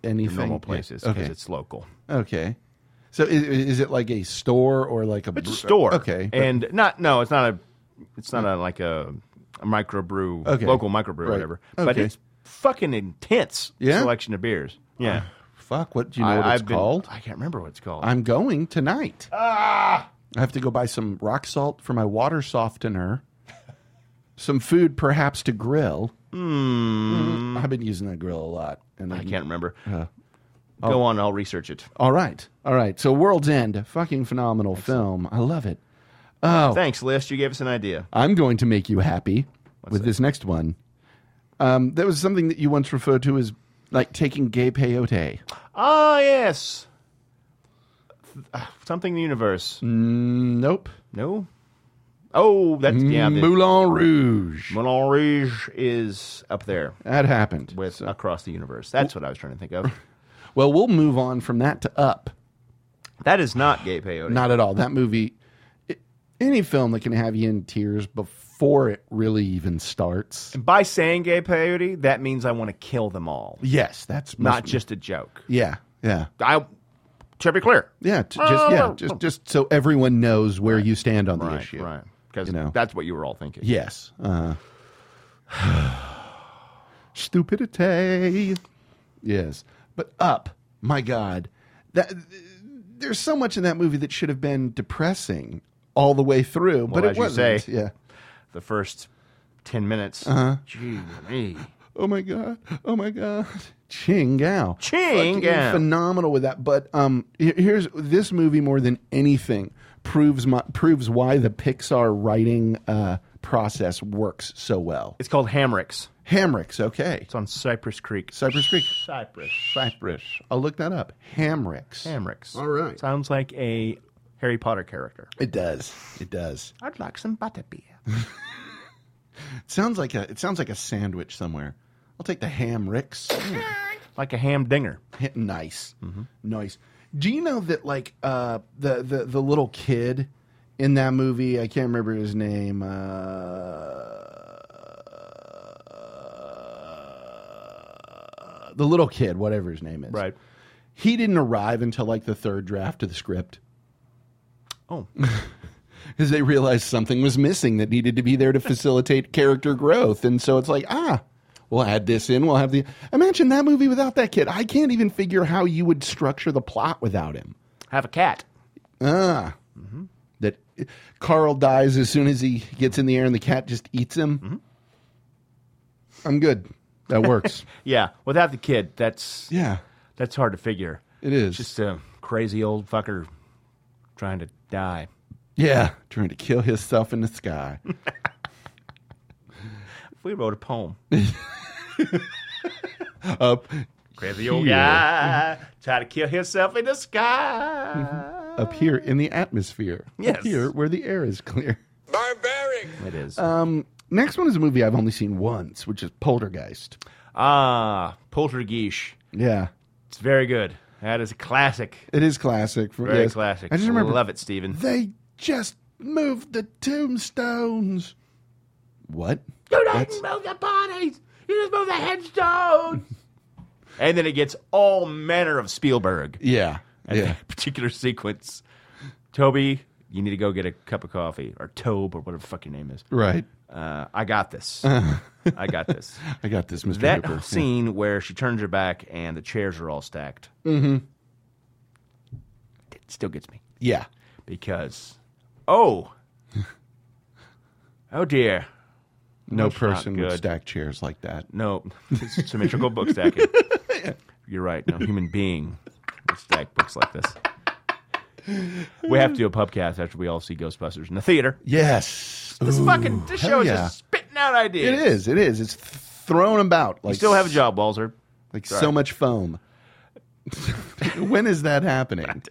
the Anything? normal places because Okay. it's local okay. So is, is it like a store or like a It's a bre- store. Okay. but- And not no, it's not a it's not a like a, a microbrew Okay. local microbrew Right. or whatever. But Okay. it's fucking intense Yeah? selection of beers. Yeah. fuck, what do you know what I, it's I've been- called? I can't remember what it's called. I'm going tonight. Ah! I have to go buy some rock salt for my water softener, some food perhaps to grill. Mm. I've been using that grill a lot. And Hmm. I I'm- can't remember. Uh, oh. Go on, I'll research it. All right. All right. So World's End, fucking phenomenal film. I love it. Oh. Thanks, List. You gave us an idea. I'm going to make you happy with this next one. Um, there was something that you once referred to as like taking gay peyote. Ah, yes. Ah, Something in the universe. Mm. Nope. No? Oh, that's yeah. the- Moulin Rouge. Moulin Rouge is up there That happened. with across the universe. That's what I was trying to think of. Well, we'll move on from that to up. That is not gay peyote. Not at all. That movie, it, any film that can have you in tears before it really even starts. By saying gay peyote, that means I want to kill them all. Yes, that's Not just a joke. Yeah, yeah, I to be clear. yeah. t- just yeah, just just so everyone knows where you stand on the Right, issue. right. Because You know. that's what you were all thinking. Yes. Uh, stupidity. Yes. But up, my God, that there's so much in that movie that should have been depressing all the way through, but Well, it as you wasn't. say. Yeah. The first ten minutes. Uh-huh. Gee, me. Oh my god! Oh my god! Chingao, Ching Fucking Gao. phenomenal with that. But um, here- here's this movie more than anything proves my, proves why the Pixar writing uh, process works so well. It's called Hamricks. Hamricks, okay, It's on Cypress Creek. Cypress Creek, Cypress. Cypress. I'll look that up. Hamricks. Hamricks. All right. Sounds like a Harry Potter character. It does. It does. I'd like some butterbeer. It sounds like a it sounds like a sandwich somewhere. I'll take the Hamricks. like a ham dinger. Hit- nice, nice. Do you know that like uh, the the the little kid in that movie? I can't remember his name. Uh, the little kid, whatever his name is, Right. He didn't arrive until like the third draft of the script Oh. because they realized something was missing that needed to be there to facilitate character growth, and so it's like ah. We'll add this in. We'll have the. Imagine that movie without that kid. I can't even figure how you would structure the plot without him. Have a cat. Ah. Mm-hmm. That Carl dies as soon as he gets in the air and the cat just eats him. Mm-hmm. I'm good. That works. yeah. Without the kid, that's. Yeah. That's hard to figure. It is. Just a crazy old fucker trying to die. Yeah. Trying to kill himself in the sky. if we wrote a poem. Up. Crazy old guy trying to kill himself in the sky. Up here in the atmosphere. Yes. Up here where the air is clear. Barbaric. It is. Um, next one is a movie I've only seen once, which is Poltergeist. Ah, Poltergeist. Yeah. It's very good. That is a classic. It is classic. For, Very yes. classic. I just remember. Love it, Steven. They just moved the tombstones. What? You didn't That's- move the bodies. You just moved the headstones. and then it gets all manner of Spielberg. Yeah. At yeah. that particular sequence. Toby, you need to go get a cup of coffee or Tobe or whatever the fuck your name is. Right. Uh, I got this. Uh. I got this. I got this, Mr. That Hooper. Yeah. scene where she turns her back and the chairs are all stacked. Mm-hmm. It still gets me. Yeah. Because, oh, oh dear. No That's not person would good. stack chairs like that. No, it's symmetrical book stacking. You're right. No human being would stack books like this. We have to do a pubcast after we all see Ghostbusters in the theater. Yes. This Ooh, fucking this hell show is yeah. just spitting out ideas. It is. It is. It's th- thrown about. Like you still have a s- job, Walzer. Like Sorry. so much foam. when is that happening? I don't,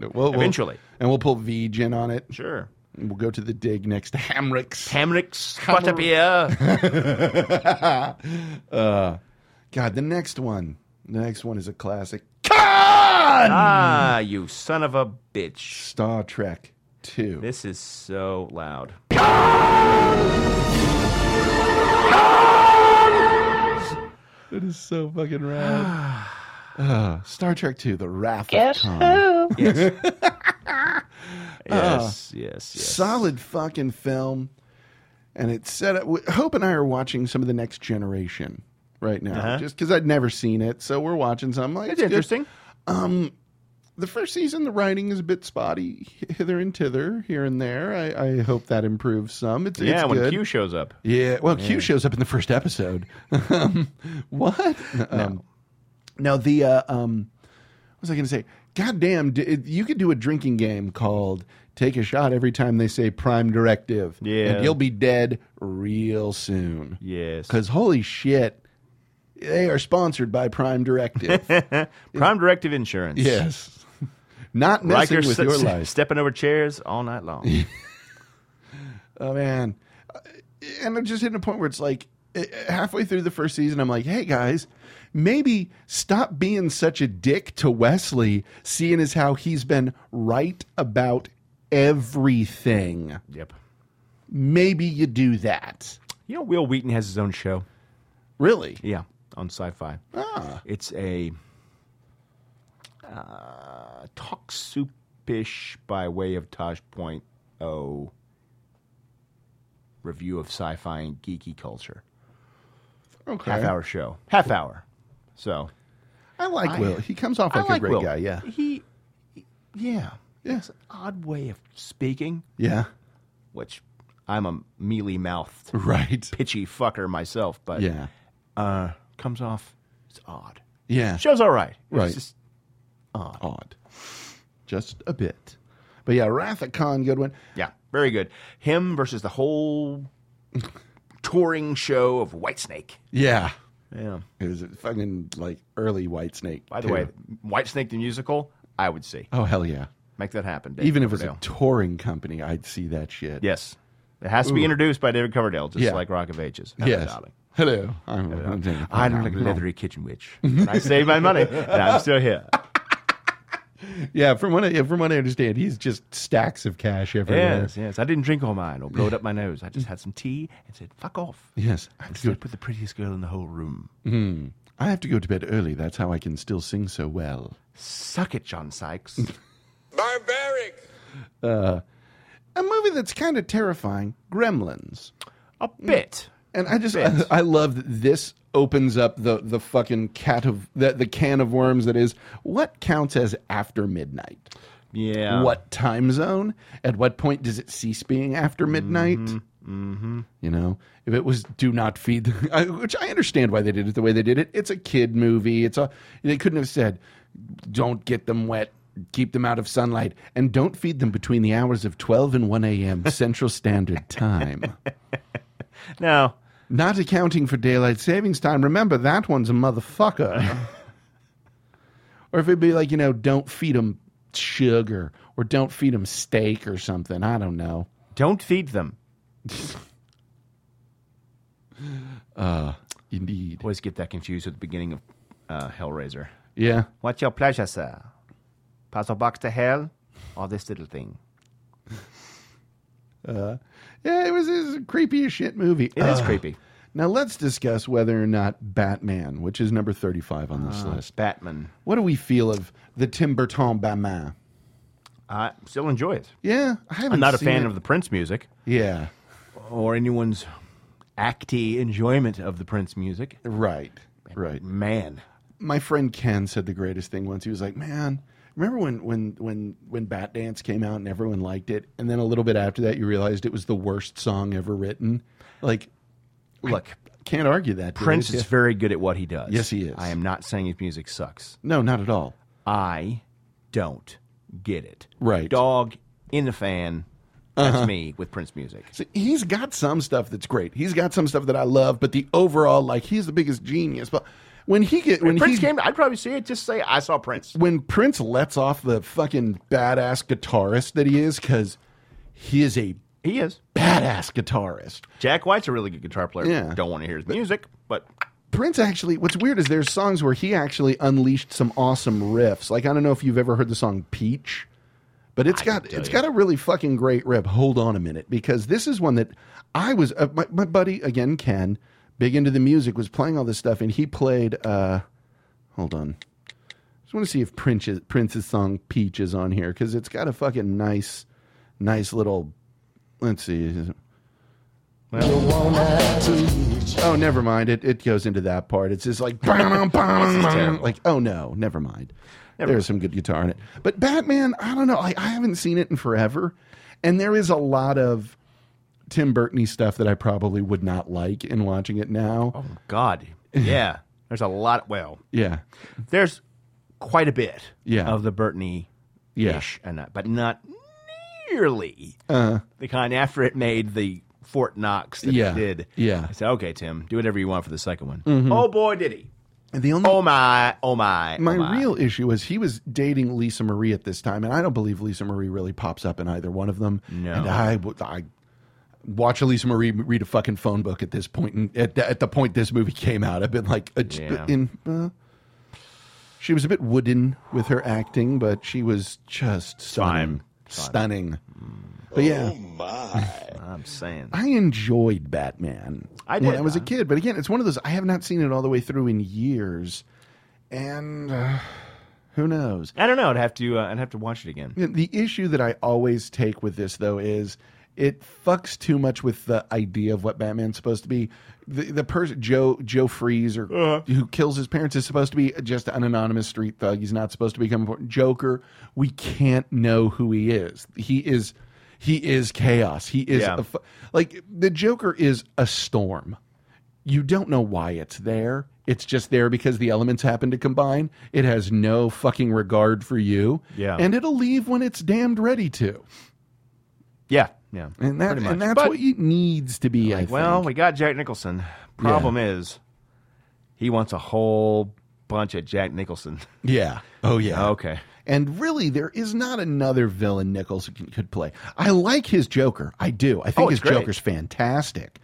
know. We'll- we'll- Eventually. and we'll pull VGen on it. Sure. And We'll go to the dig next to Hamricks. Hamricks, what up here? uh, God, the next one. The next one is a classic. ah, you son of a bitch. Star Trek 2. This is so loud. Uh, That is so fucking rad. Uh, Star Trek 2, The Wrath Guess of Khan. who? Yes. Uh, Yes, yes, yes. Solid fucking film. And it's set up. Hope and I are watching some of The Next Generation right now, Uh-huh. just because I'd never seen it. So we're watching some. Like, It's good. interesting. Um, the first season, the writing is a bit spotty hither and thither, here and there. I, I hope that improves some. It's, yeah, it's when good. Q shows up. Yeah, well, Yeah. Q shows up in the first episode. um, what? Um, now the uh, um, what was I going to say? Goddamn, d- it- you could do a drinking game called "Take a shot every time they say Prime Directive." Yeah. and you'll be dead real soon. Yes. because holy shit, they are sponsored by Prime Directive. Prime Directive Insurance. yes, not messing Riker with st- your st- life. stepping over chairs all night long. Oh man, Uh, and I'm just hitting a point where it's like uh, halfway through the first season, I'm like, hey guys, maybe stop being such a dick to Wesley, seeing as how he's been right about everything. yep. Maybe you do that. You know, Will Wheaton has his own show. Really? Yeah, on Sci-Fi. Ah, It's a uh, talk soupish by way of Taj Point O review of sci-fi and geeky culture. okay. Half hour show. Half hour. So I like I- Will. He comes off I like, a like great Will. guy. Yeah. he, yeah, Yeah. It's an odd way of speaking, Yeah. which I'm a mealy mouthed, Right. pitchy fucker myself, but Yeah. uh, comes off it's odd. Yeah. Show's all right. It's Right. just- Odd. Just a bit. But yeah, Wrath of Khan, good one. yeah, very good. Him versus the whole touring show of Whitesnake. Yeah. Yeah. It was a fucking like early White Snake. By the way, Whitesnake the musical, I would see. Oh hell yeah! Make that happen. Dave Even if it's a Coverdale. touring company, I'd see that shit. yes, it has to be Ooh. introduced by David Coverdale, just Yeah. like Rock of Ages. Have a Yes. darling. Hello. I'm, I'm David I look like a Coverdale. leathery kitchen witch. And I saved my money, and I'm still here. Yeah, from what I, from what I understand, he's just stacks of cash everywhere. Yes, yes. I didn't drink all mine or blow it up my nose. I just had some tea and said, fuck off. Yes. I have, to go, Instead, put the prettiest girl in the whole room. Hmm. I have to go to bed early. That's how I can still sing so well. Suck it, John Sykes. Barbaric. Uh, a movie that's kind of terrifying, Gremlins. A bit. And I just I, I love that this opens up the the fucking cat of the, the can of worms that is what counts as after midnight. Yeah. What time zone? At what point does it cease being after midnight? Mm-hmm. Mm-hmm. You know, if it was do not feed, the, I, which I understand why they did it the way they did it. It's a kid movie. It's a they couldn't have said don't get them wet, keep them out of sunlight, and don't feed them between the hours of twelve and one a.m. Central Standard Time. No, not accounting for daylight savings time. Remember that one's a motherfucker. or if it'd be like you know, don't feed them sugar or don't feed them steak or something. I don't know. Don't feed them. uh, indeed. Always get that confused with the beginning of uh, Hellraiser. Yeah. What's your pleasure, sir? Puzzle box to hell or this little thing? Uh, yeah, it was, it was creepy as shit movie. It uh, is creepy. Now let's discuss whether or not Batman, which is number 35 on Uh. this list. Batman. What do we feel of the Tim Burton Batman? I still enjoy it. Yeah, I am not a fan it. of the Prince music. Yeah, or anyone's acty enjoyment of the Prince music. Right, right. Man, my friend Ken said the greatest thing once. He was like, "Man, remember when when when when Bat Dance came out and everyone liked it, and then a little bit after that, you realized it was the worst song ever written." Like, look. I can't argue that. Prince dude. is very good at what he does. Yes, he is. I am not saying his music sucks. No, not at all. I don't get it. Right. Dog in the fan. That's uh-huh. me with Prince music. So he's got some stuff that's great. He's got some stuff that I love, but the overall, like, he's the biggest genius. But when he get when Prince he, came, I'd probably see it. Just say I saw Prince. When Prince lets off the fucking badass guitarist that he is, because he is a he is badass guitarist. Jack White's a really good guitar player. Yeah. Don't want to hear his music, but Prince actually, what's weird is there's songs where he actually unleashed some awesome riffs. Like I don't know if you've ever heard the song Peach, but it's I got it's you. got a really fucking great riff. Hold on a minute, because this is one that I was uh, my, my buddy again Ken, big into the music, was playing all this stuff, and he played. uh Hold on, just want to see if Prince's Prince's song Peach is on here because it's got a fucking nice, nice little. Let's see. Oh, never mind. It it goes into that part. It's just like like oh no, never mind. Never There's mind. some good guitar in it, but Batman. I don't know. I, I haven't seen it in forever, and there is a lot of Tim Burtony stuff that I probably would not like in watching it now. Oh God, yeah. There's a lot. Well, yeah. There's quite a bit. Yeah. of the Burtony. ish yeah. and that, but not nearly uh, the kind after it made the Fort Knox that yeah. he did. Yeah. I said, okay, Tim, do whatever you want for the second one. Mm-hmm. Oh boy, did he. And the only oh my, oh my. My, oh my. real issue was he was dating Lisa Marie at this time, and I don't believe Lisa Marie really pops up in either one of them. No. And I, I watch Lisa Marie read a fucking phone book at this point, and at, the, at the point this movie came out, I've been like, a, Yeah. in. Uh, she was a bit wooden with her acting, but she was just Fine. stunning. Fine. Stunning. But yeah. Oh my. I'm saying. I enjoyed Batman I when did, I was a huh? kid, but again, it's one of those I have not seen it all the way through in years, and uh, who knows? I don't know. I'd have to. Uh, I'd have to watch it again. You know, The issue that I always take with this though is it fucks too much with the idea of what Batman's supposed to be. The the person Joe Joe Freeze or Uh-huh. who kills his parents is supposed to be just an anonymous street thug. He's not supposed to become important. Joker. We can't know who he is. He is he is chaos. He is Yeah. a fu- like the Joker is a storm. You don't know why it's there. It's just there because the elements happen to combine. It has no fucking regard for you. Yeah. And it'll leave when it's damned ready to. Yeah, yeah. And that pretty much. and that's But- what it needs to be. I think. Well, we got Jack Nicholson. Problem is, he wants a whole bunch of Jack Nicholson. yeah. Oh yeah. Okay. And really, there is not another villain Nicholson c- could play. I like his Joker. I do. I think Oh, it's his great. Joker's fantastic.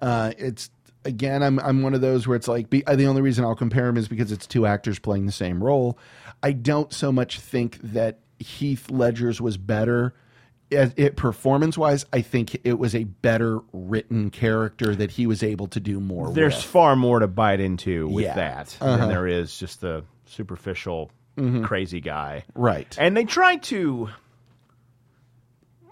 Uh, it's again, I'm I'm one of those where it's like be, uh, the only reason I'll compare him is because it's two actors playing the same role. I don't so much think that Heath Ledger's was better. As it performance wise, I think it was a better written character that he was able to do more. There's with. far more to bite into with Yeah. that Uh-huh. Mm-hmm. than there is just the superficial crazy guy. right, And they try to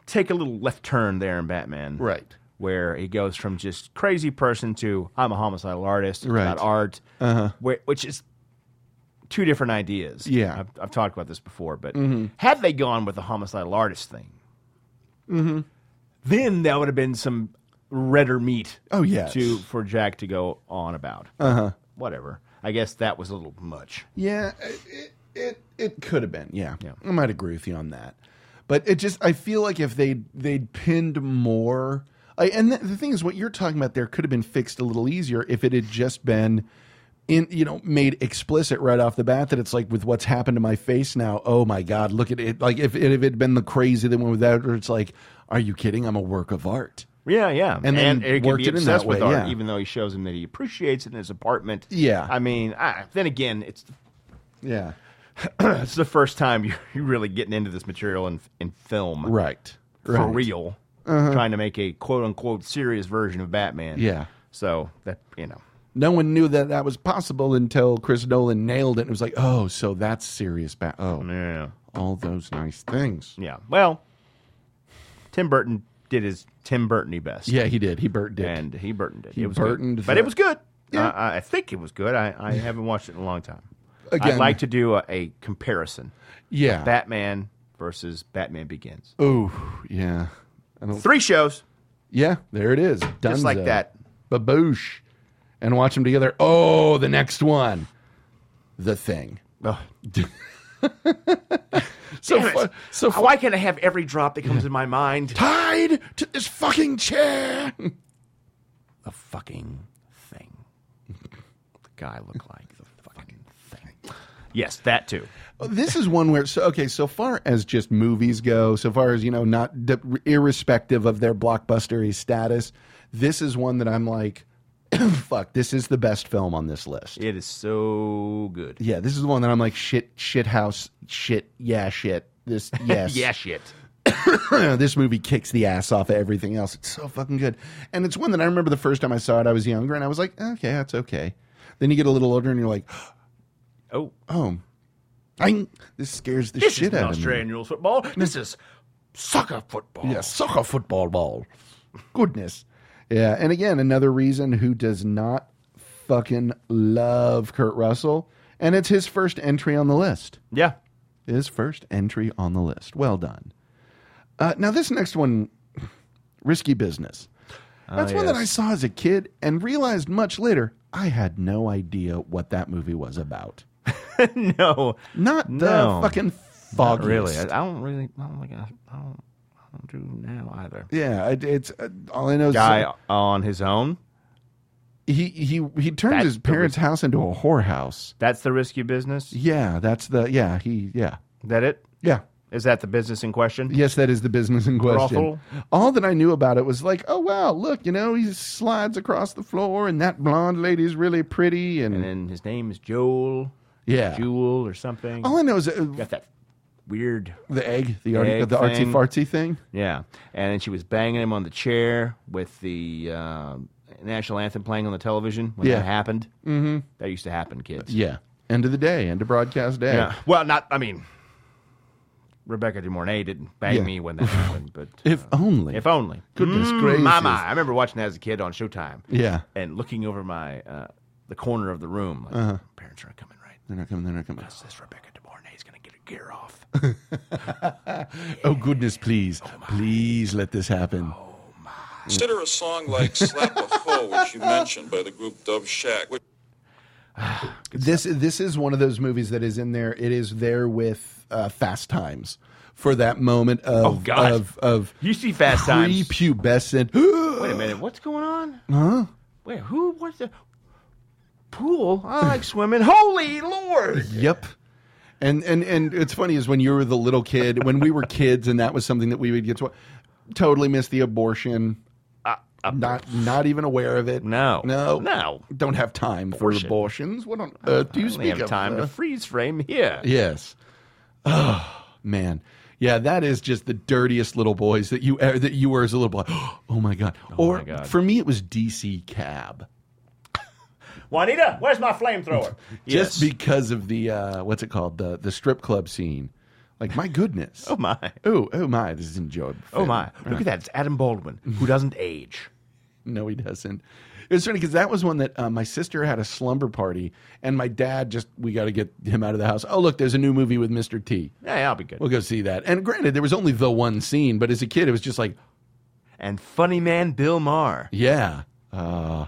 take a little left turn there in Batman. right. where he goes from just crazy person to I'm a homicidal artist Right. about art, Uh-huh. where, which is two different ideas. Yeah. I've, I've talked about this before, but Mhm. had they gone with the homicidal artist thing, Mm-hmm. then that would have been some redder meat. Oh, yes. to for Jack to go on about. Uh-huh. Whatever. I guess that was a little much. Yeah, it it, it could have been. Yeah. Yeah. I might agree with you on that. But it just I feel like if they they'd pinned more I, and the, the thing is what you're talking about there could have been fixed a little easier if it had just been in you know made explicit right off the bat that it's like with what's happened to my face now oh my god look at it like if, if it had been the crazy that went with that or it's like are you kidding I'm a work of art Yeah, yeah. And then it can worked be it in obsessed that with way, art, yeah. even though he shows him that he appreciates it in his apartment. Yeah. I mean, I, then again, it's yeah it's the first time you- you're really getting into this material in, in film. Right. For Right. real. Uh-huh. Trying to make a quote unquote serious version of Batman. Yeah. So that, you know. no one knew that that was possible until Chris Nolan nailed it and it was like, oh, so that's serious. Ba- oh, yeah. all those nice things. Yeah. Well, Tim Burton did his Tim Burtony best. Yeah, he did. He Burt did. And he Burton did. He it was good. Burtoned But the- it was good. Yeah. I, I think it was good. I, I haven't watched it in a long time. I'd Again- like to do a, a comparison. Yeah. of Batman versus Batman Begins. Ooh, yeah. I don't, Three shows. Yeah, there it is. Done Just like that. Baboosh. And watch them together. Oh, the next one. The thing. so Damn it. fu- so fu- why can't I have every drop that comes in my mind? tied to this fucking chair. The fucking thing. The guy looked like the fucking thing. Yes, that too. this is one where so okay so far as just movies go so far as you know not d- irrespective of their blockbustery status this is one that i'm like fuck this is the best film on this list It is so good. yeah this is the one that i'm like shit shit house shit yeah shit this yes yeah, shit. this movie kicks the ass off of everything else. It's so fucking good. And it's one that I remember the first time I saw it, I was younger and I was like, okay, that's okay. Then you get a little older and you're like, oh, oh, I, this scares the this shit is out of me. Australian rules football. This is soccer football. Yeah, soccer football ball. Goodness. Yeah, and again, another reason who does not fucking love Kurt Russell, and it's his first entry on the list. Yeah. His first entry on the list. Well done. Uh, now, this next one, Risky Business. That's one that I Oh, yes. saw as a kid and realized much later I had no idea what that movie was about. no, not the no. fucking Not foggiest. really. I, I don't really. I don't, like, I, I don't. I don't do now either. Yeah, it, it's uh, all I know. Is Guy on his own. he he he turned That's his the parents' house into a whorehouse. That's the risky business. Yeah, that's the yeah he yeah That it? yeah. Is that the business in question? Yes, that is the business in question. Brothel? All that I knew about it was like, oh wow, look, you know, he slides across the floor, and that blonde lady's really pretty, and, And then his name is Joel. Yeah. Jewel or something. all I know is uh, got that weird. the egg, the, arty, egg the artsy thing. fartsy thing. Yeah, and then she was banging him on the chair with the uh, national anthem playing on the television when Yeah. that happened. Mhm. That used to happen, kids. Yeah, end of the day, end of broadcast day. Yeah. Well, not. I mean, Rebecca De Mornay didn't bang Yeah. me when that happened, but If only. if only. Goodness Mm, gracious. My, my. I remember watching that as a kid on Showtime. Yeah. And looking over my uh, the corner of the room, like, Uh-huh. parents aren't coming right. They're not coming. They're not coming. This is Rebecca De Mornay's going to get her gear off. Oh goodness, please, please let this happen. Consider a song like Slap a Foe, which you mentioned by the group Dove Shack. which- This this is one of those movies that is in there. It is there with uh, Fast Times for that moment of Oh, God. of of You see Fast Times. prepubescent. Wait a minute, what's going on? huh? Wait, who? What's the pool? I like swimming. Holy Lord! Yep. And and and it's funny is when you were the little kid, when we were kids, and that was something that we would get to. Totally missed the abortion. not not even aware of it. Uh, No. no, No. Don't have time for Abortion. abortions. What on earth do you I only speak have of? time uh? to freeze frame here. Yes. Oh man. Yeah, that is just the dirtiest little boys that you e, that you were as a little boy. Oh my god! or my God. for me, it was DC Cab, Juanita, where's my flamethrower? just because of the uh, what's it called the the strip club scene Like my goodness. oh my. Oh oh my. This is enjoyable. Oh my. Look at that. It's Adam Baldwin who doesn't age. No, he doesn't. It was funny because that was one that uh, my sister had a slumber party, and my dad just we got to get him out of the house. Oh look, there's a new movie with Mr. T. Yeah, I'll be good. We'll go see that. And granted, there was only the one scene, but as a kid, it was just like, and funny man Bill Maher. Yeah. Uh,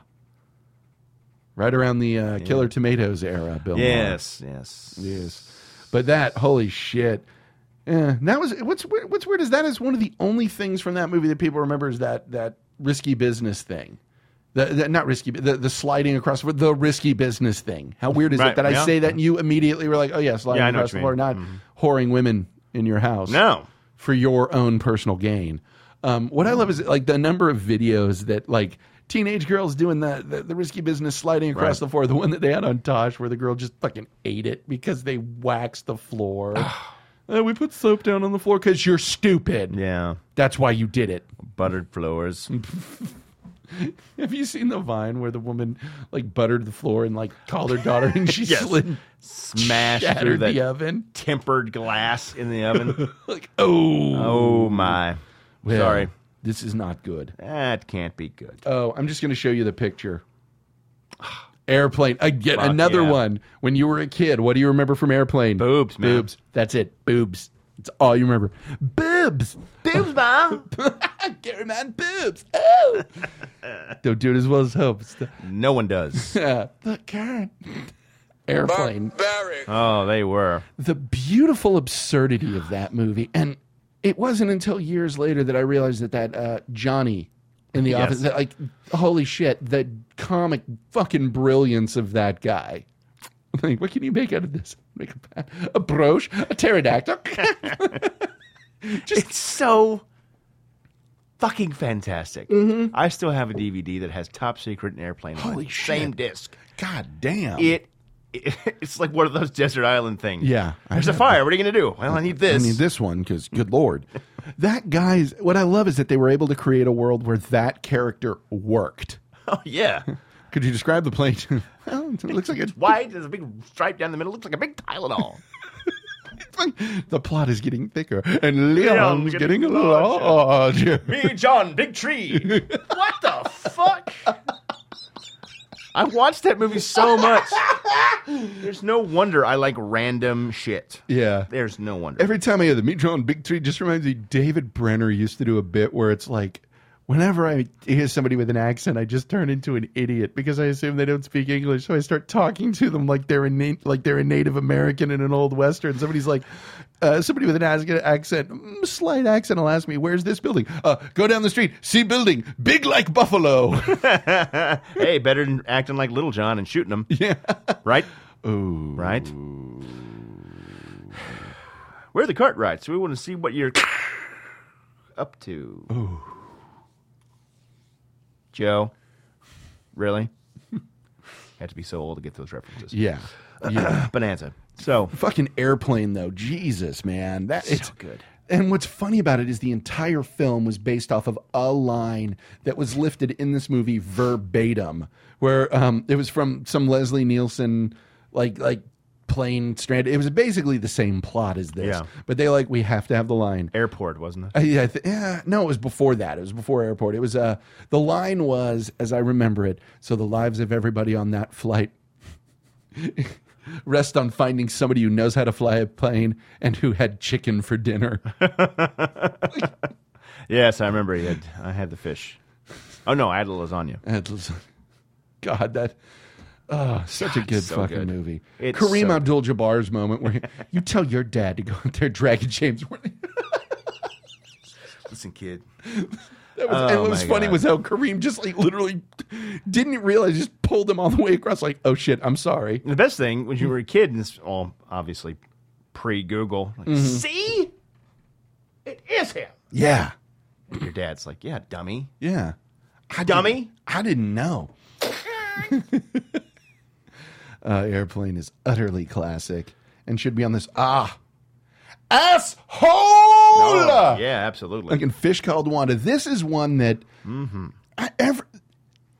right around the uh, Killer Tomatoes era, Bill. Yes, Maher. yes, yes. But that, holy shit! Eh, that was what's weird- what's weird is that is one of the only things from that movie that people remember is that that risky business thing. The, the, not risky, but the, the sliding across the risky business thing. How weird is Right, it that yeah. I say that and you immediately were like, oh, yeah, sliding Yeah, I know across what the you floor, mean. Mm-hmm. not whoring women in your house. No. For your own personal gain. Um, what I love is like the number of videos that like teenage girls doing the, the, the risky business sliding across Right. the floor. The one that they had on Tosh where the girl just fucking ate it because they waxed the floor. Uh, we put soap down on the floor because you're stupid. Yeah. That's why you did it. Buttered floors. Have you seen the vine where the woman like buttered the floor and like called her daughter and she Yes. slid Smashed through shattered that the oven? tempered glass in the oven. like, oh. Oh my. Well, Sorry. This is not good. That can't be good. Oh, I'm just going to show you the picture. Airplane. Again, Fuck another yeah. one. When you were a kid, what do you remember from Airplane? Boobs, man. Boobs. That's it. Boobs. That's all you remember. Boobs. Boobs, mom. Gary Man boobs. Oh. Don't do it as well as Hope. It's the- No one does. the current airplane. Oh, they were. the beautiful absurdity of that movie. And it wasn't until years later that I realized that that uh, Johnny in the Yes. office, that, like, holy shit, the comic fucking brilliance of that guy. Like, what can you make out of this? Make a, bat- a brooch, a pterodactyl. it's so fucking fantastic. I still have a DVD that has Top Secret and Airplane. on it. Mm-hmm. Holy Same shit. disc. God damn. It, it- it's like one of those desert island things. Yeah, I There's a know. fire. What are you gonna do? Well, I need this. I need this one because, good lord, that guy's. What I love is that they were able to create a world where that character worked. Oh yeah. Could you describe the plane? well, it looks like a, It's white. There's a big stripe down the middle. Looks like a big Tylenol. the plot is getting thicker and Leon's getting getting, larger. Me, John, big tree. what the fuck? I watched that movie so much. There's no wonder I like random shit. Yeah. There's no wonder. Every time I hear the Meat John Big Tree, just reminds me David Brenner used to do a bit where it's like, whenever I hear somebody with an accent, I just turn into an idiot because I assume they don't speak English. So I start talking to them like they're a na- like they're a Native American in an old western. Somebody's like, uh, somebody with an as- accent, mm, slight accent, will ask me, "Where's this building?" Uh, go down the street, see building, big like buffalo. hey, better than acting like Little John and shooting him. yeah. Right? Ooh. Right? We're the Cartwrights. We want to see what you're up to. Joe, really? Had to be so old to get those references. Yeah. Yeah. Bonanza. So, fucking airplane though jesus man that So it's good. and what's funny about it is the entire film was based off of a line that was lifted in this movie verbatim where um it was from some leslie nielsen like like plane stranded it was basically the same plot as this Yeah. but they like we have to have the line airport, wasn't it? uh, yeah, I th- yeah, no, it was before that. It was before airport. It was uh, the line was, as I remember it, so the lives of everybody on that flight rest on finding somebody who knows how to fly a plane and who had chicken for dinner. Yes, I remember. He had, I had the fish. Oh, no, I had a lasagna. And it was- God, that. Oh, such a good so fucking good. movie. It's Kareem so- Abdul Jabbar's moment where you tell your dad to go out there dragging James. Worthy. Listen, kid. That was, Oh, and what was my funny God. was how Kareem just like literally didn't realize, just pulled him all the way across, like, oh shit, I'm sorry. The best thing when you were a kid, and this all obviously pre Google, like, see? It is him. Yeah. And your dad's like, yeah, dummy. Yeah. dummy? I didn't know. uh, Airplane is utterly classic and should be on this. Ah. Asshole! Oh, yeah, absolutely. Like in Fish Called Wanda. This is one that I ever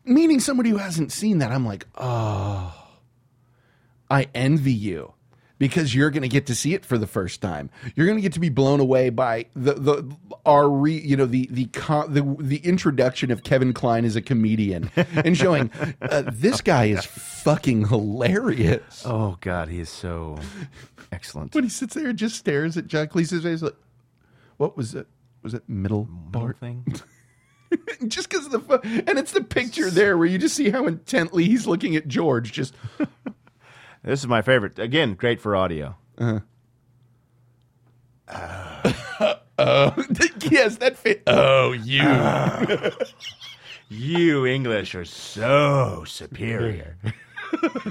meaning somebody who hasn't seen that, I'm like, oh, I envy you. because you're going to get to see it for the first time. You're going to get to be blown away by the the our re, you know the the con, the the introduction of Kevin Klein as a comedian and showing uh, this guy is fucking hilarious. Oh God, he is so excellent. when he sits there and just stares at John Cleese's face, like, what was it? Was it middle, middle part thing? just because the fu- and it's the picture there where you just see how intently he's looking at George. Just this is my favorite. Again, great for audio. Uh-huh. oh yes, that fit. Oh, you, Uh. you English are so superior.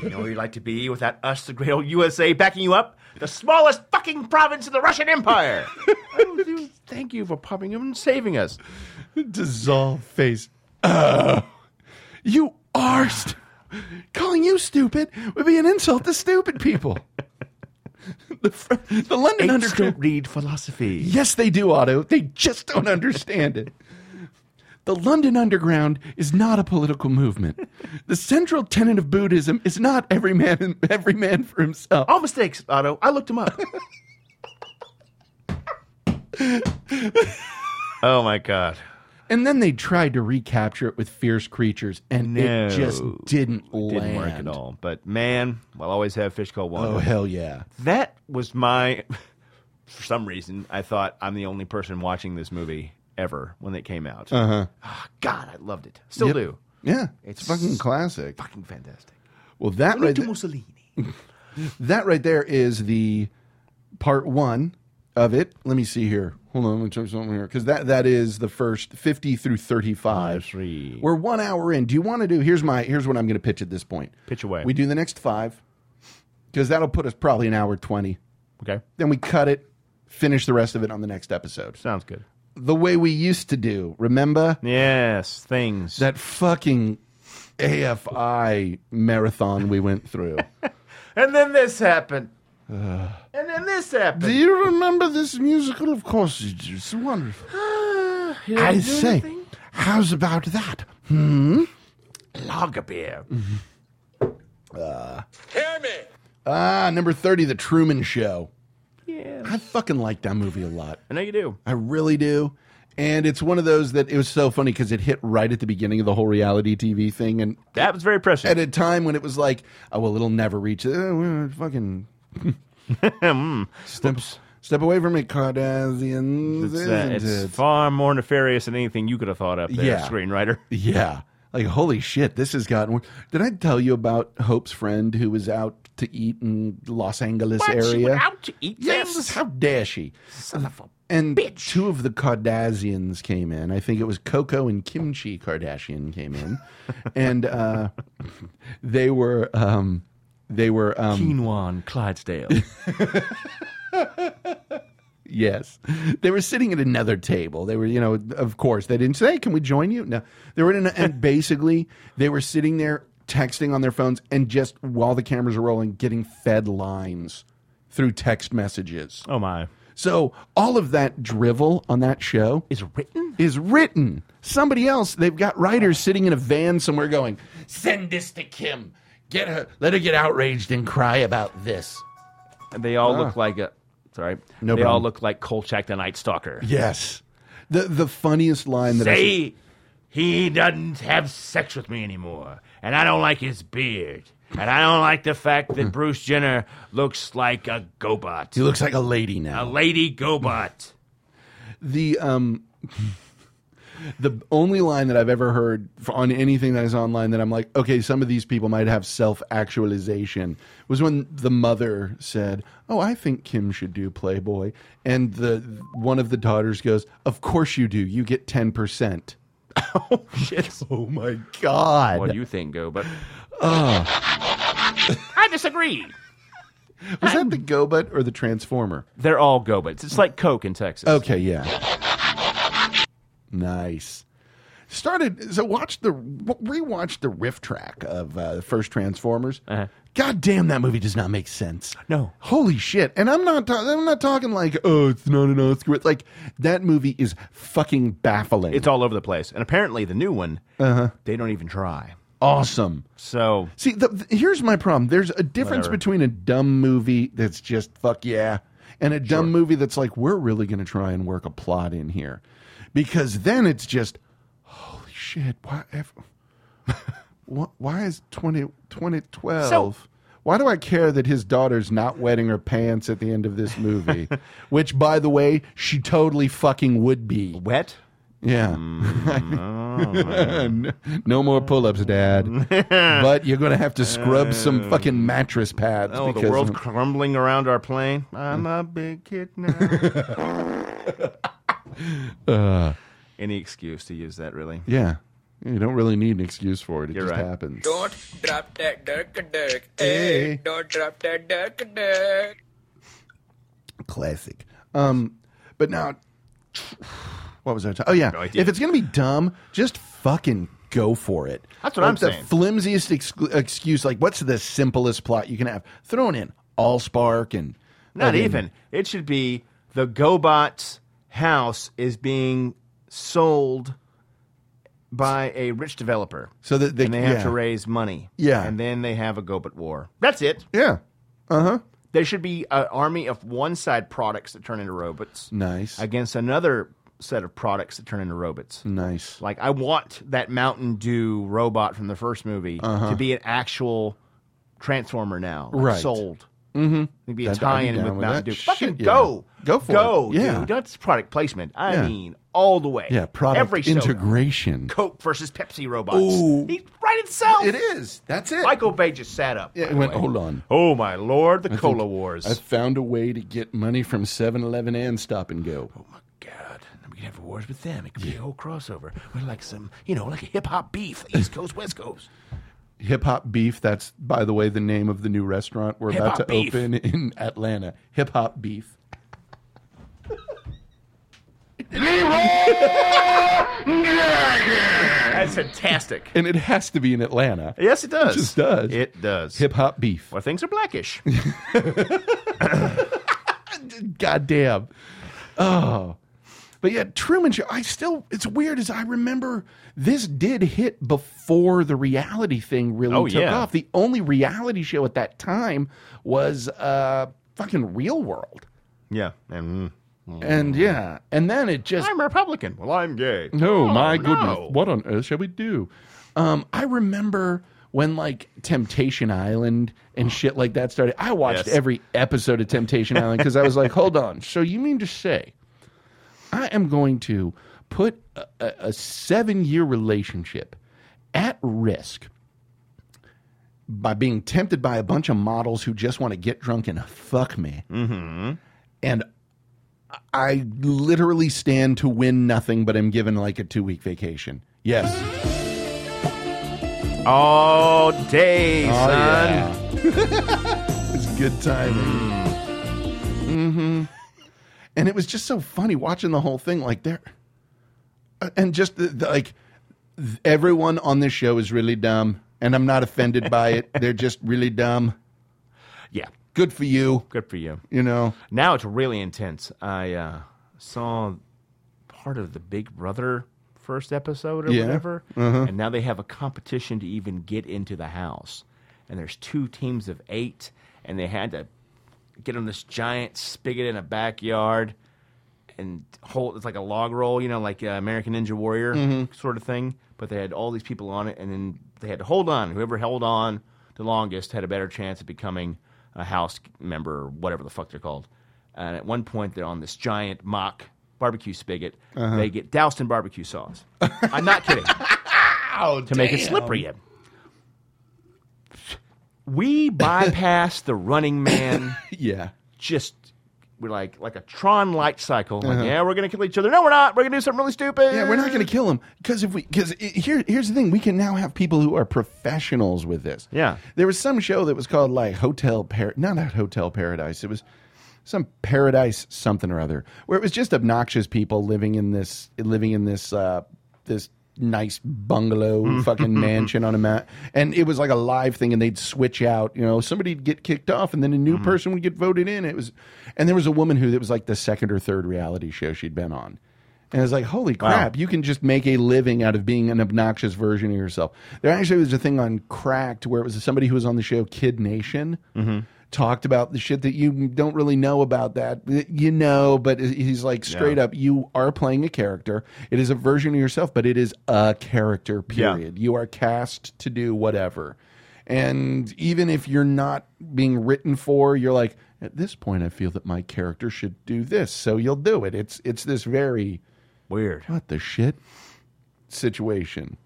you know where you like to be without us, the great old USA, backing you up? The smallest fucking province in the Russian Empire. oh, dude, thank you for popping up and saving us. dissolve face. Oh, you are st- calling you stupid would be an insult to stupid people. the, fr- the London Apes underground don't read philosophy. Yes, they do, Otto. They just don't understand it. The London Underground is not a political movement. The central tenet of Buddhism is not every man every man for himself. All mistakes, Otto. I looked him up. oh my god. And then they tried to recapture it with fierce creatures, and No. it just didn't land. Didn't work at all. But man, I'll always have fish called water. Oh hell yeah! That was my. For some reason, I thought I'm the only person watching this movie ever when it came out. Uh-huh. Ah, God, I loved it. Still Yep. do. Yeah, It's it's fucking classic. Fucking fantastic. Well, that right, Benito th- Mussolini. that right there is the part one of it. Let me see here. Hold on, let me check something here because that that is the first fifty through thirty-five. Three. We're one hour in. Do you want to do? Here's my. Here's what I'm going to pitch at this point. Pitch away. We do the next five because that'll put us probably an hour twenty. Okay. Then we cut it, finish the rest of it on the next episode. Sounds good. The way we used to do. Remember Yes. Things. that fucking AFI marathon we went through. and then this happened. and then this happened. Do you remember this musical? Of course you do. It's wonderful. You I didn't do say, anything? how's about that? Hmm? lager beer. Mm. Hear me! Ah, number 30, The Truman Show. Yeah. I fucking like that movie a lot. I know you do. I really do. And it's one of those that it was so funny because it hit right at the beginning of the whole reality TV thing. And That was very prescient. at a time when it was like, oh, well, it'll never reach. Uh, well, fucking Mm. step, step away from it, Kardashians. It's, uh, isn't it's it? far more nefarious than anything you could have thought up there, Yeah. screenwriter. Yeah. Like, holy shit, this has gotten worse. Did I tell you about Hope's friend who was out to eat in Los Angeles What? She area? went out to eat Yes, this? how dare she? Son of a And two of the Kardashians came in. I think it was Coco and Kimchi Kardashian came in, and uh, they were um, they were um, quinoa and Clydesdale. Yes. They were sitting at another table. They were, you know, of course, they didn't say, can we join you? No. They were in, an, and basically, they were sitting there texting on their phones and just while the cameras are rolling, getting fed lines through text messages. oh my! So all of that drivel on that show Is it written? is written. Somebody else, they've got writers sitting in a van somewhere going, send this to Kim. Get her, let her get outraged and cry about this. And they all Ah. look like a. Sorry. No they all problem. look like Kolchak the Night Stalker. Yes. The, the funniest line that I saw- Say he doesn't have sex with me anymore, and I don't like his beard, and I don't like the fact that Bruce Jenner looks like a He gobot, looks like a lady a now. lady gobot. The um the only line that I've ever heard for, on anything that is online that I'm like, okay, some of these people might have self-actualization was when the mother said, "Oh, I think Kim should do Playboy." And the one of the daughters goes, "Of course you do. You get 10%." oh shit! Oh my god. What do you think, gobot? I disagree. was that the GoBut or the Transformer? They're all gobots. It's like Coke in Texas. Okay, yeah. nice. Started so watch the rewatch the riff track of uh, the first Transformers. Uh-huh. God damn, that movie does not make sense. No. holy shit! And I'm not ta- I'm not talking like oh it's not an Oscar. It's like that movie is fucking baffling. Uh-huh. It's all over the place. And apparently, the new one, they don't even try. awesome. So see, the, the- here's my problem. There's a difference Whatever. between a dumb movie that's just fuck yeah, and a dumb movie that's like we're really going to try and work a plot in here, because then it's just holy shit. Why? If, wh- why is 20, 2012? why do I care that his daughter's not wetting her pants at the end of this movie? Which, by the way, she totally fucking would be. Wet? Yeah. Mm, no more pull ups, Dad. but you're going to have to scrub some fucking mattress pads. Uh, Oh, the because- world crumbling around our plane. I'm a big kid now. Uh, Any excuse to use that, really? yeah. You don't really need an excuse for it. It You're just right. happens. Don't drop that duck a duck. Hey. Don't drop that duck a duck. Classic. Um, but now, what was I talking? Oh yeah, if it's gonna be dumb, just fucking go for it. That's what Like I'm the saying. Flimsiest ex- excuse, like what's the simplest plot you can have? Thrown in Allspark and Not I mean, even. It should be the GoBot's house is being sold by a rich developer. So that they- and they have yeah. to raise money. Yeah. And then they have a GoBot war. That's it. Yeah. Uh huh. There should be an army of one side products that turn into robots Nice. against another set of products that turn into robots. Nice. Like I want that Mountain Dew robot from the first movie Uh-huh. to be an actual transformer now, like Right. Sold. Mm-hmm. It'd be a tie-in with Mountain Dew. Fucking go, Go for go, it. Yeah. dude. That's product placement. I Yeah. mean, all the way. Yeah. Product Every soda. integration. Coke versus Pepsi robots. Ooh. He- right itself. It is. That's it. Michael Bay just sat up. Yeah, by it the went, way. hold on. Oh my lord, the I think cola wars. Oh, I found a way to get money from 7 Eleven and Stop and Go. God, we could have wars with them. It could be a whole crossover. We're like some, you know, like a hip hop beef, East Coast, West Coast. Hip Hop Beef, that's, by the way, the name of the new restaurant we're Hip about to Hop Beef. open in Atlanta. Hip Hop Beef. That's fantastic. And it has to be in Atlanta. Yes, it does. It just does. It does. Hip Hop Beef. Well, things are blackish. Goddamn. Oh. But yeah, Truman Show, I still, it's weird as I remember this did hit before the reality thing really Oh, took yeah. off. The only reality show at that time was uh, fucking Real World. yeah. And, Mm. And yeah, and then it just. I'm Republican. Well, I'm gay. No, Oh, my no. goodness. What on earth shall we do? Um, I remember when like Temptation Island and shit like that started. I watched Yes. every episode of Temptation Island because I was like, hold on. So you mean to say I am going to put a, a, a seven year relationship at risk by being tempted by a bunch of models who just want to get drunk and fuck me. Mm-hmm. And I literally stand to win nothing, but I'm given like a two week vacation. Yes. All day, Oh, son. yeah. it's good timing. Mm-hmm. And it was just so funny watching the whole thing. Like there, uh, and just the, the, like th- everyone on this show is really dumb, and I'm not offended by it. They're just really dumb. Yeah. Good for you. Good for you. You know. Now it's really intense. I uh, saw part of the Big Brother first episode or Yeah. whatever, Uh-huh. and now they have a competition to even get into the house. And there's two teams of eight, and they had to get on this giant spigot in a backyard and hold it's like a log roll, you know, like uh, American Ninja Warrior Mhm. sort of thing. But they had all these people on it, and then they had to hold on. Whoever held on the longest had a better chance of becoming a house member or whatever the fuck they're called. And at one point, they're on this giant mock barbecue spigot. Uh-huh. They get doused in barbecue sauce. I'm not kidding. Ow, to make it slippery in. We bypassed the running man. Yeah. just we're like like a Tron light cycle. Like, Uh-huh. yeah, we're gonna kill each other. No, we're not. We're gonna do something really stupid. Yeah, we're not going to kill him because if we because here here's the thing: we can now have people who are professionals with this. Yeah. there was some show that was called like Hotel Par, not Hotel Paradise. It was some Paradise something or other, where it was just obnoxious people living in this living in this uh, this nice bungalow fucking mansion on a mat and it was like a live thing and they'd switch out you know somebody'd get kicked off and then a new person would get voted in it was and there was a woman who that was like the second or third reality show she'd been on And it's like, holy crap, you can just make a living out of being an obnoxious version of yourself. There actually was a thing on Cracked where it was somebody who was on the show Kid Nation Mhm. talked about the shit that you don't really know about that. You know, but he's like, straight Yeah. up, you are playing a character. It is a version of yourself, but it is a character, Yeah. period. You are cast to do whatever. And even if you're not being written for, you're like, at this point, I feel that my character should do this, so you'll do it. It's it's this very weird. What the shit situation?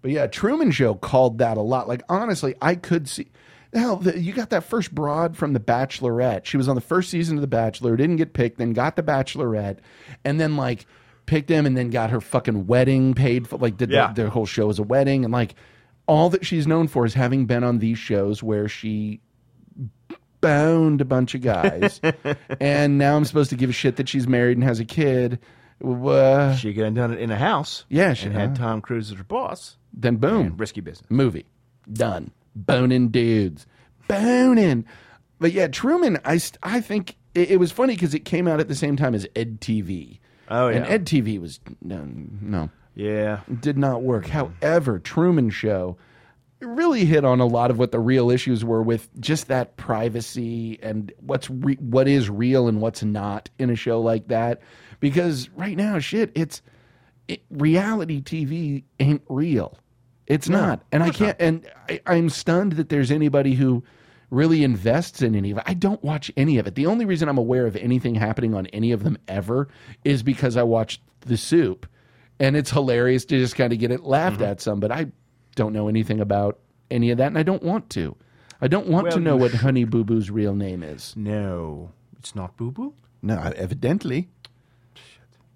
But yeah, Truman Show called that a lot. Like honestly, I could see. Hell, the, you got that first broad from The Bachelorette. She was on the first season of The Bachelor, didn't get picked, then got The Bachelorette, and then like picked him, and then got her fucking wedding paid for. Like did the- Yeah. their whole show as a wedding, and like all that she's known for is having been on these shows where she bound a bunch of guys, and now I'm supposed to give a shit that she's married and has a kid. Wha- She could have done it in a house. Yeah, she- Mm. and had Tom Cruise as her boss. Then boom, And risky business. movie done. Boning dudes, boning. But yeah, Truman. I st- I think it, it was funny because it came out at the same time as Ed TV. Oh, yeah. and Ed TV was no, no Yeah. did not work. However, Truman Show really hit on a lot of what the real issues were with just that privacy and what's re- what is real and what's not in a show like that. Because right now, shit, it's it, reality TV ain't real. It's No, not, and I can't. And I, I'm stunned that there's anybody who really invests in any of it. I don't watch any of it. The only reason I'm aware of anything happening on any of them ever is because I watched The Soup, and it's hilarious to just kind of get it laughed at some. But I don't know anything about any of that, and I don't want to. I don't want Well, to know you what Honey Boo Boo's real name is. No, it's not Boo Boo. No, evidently.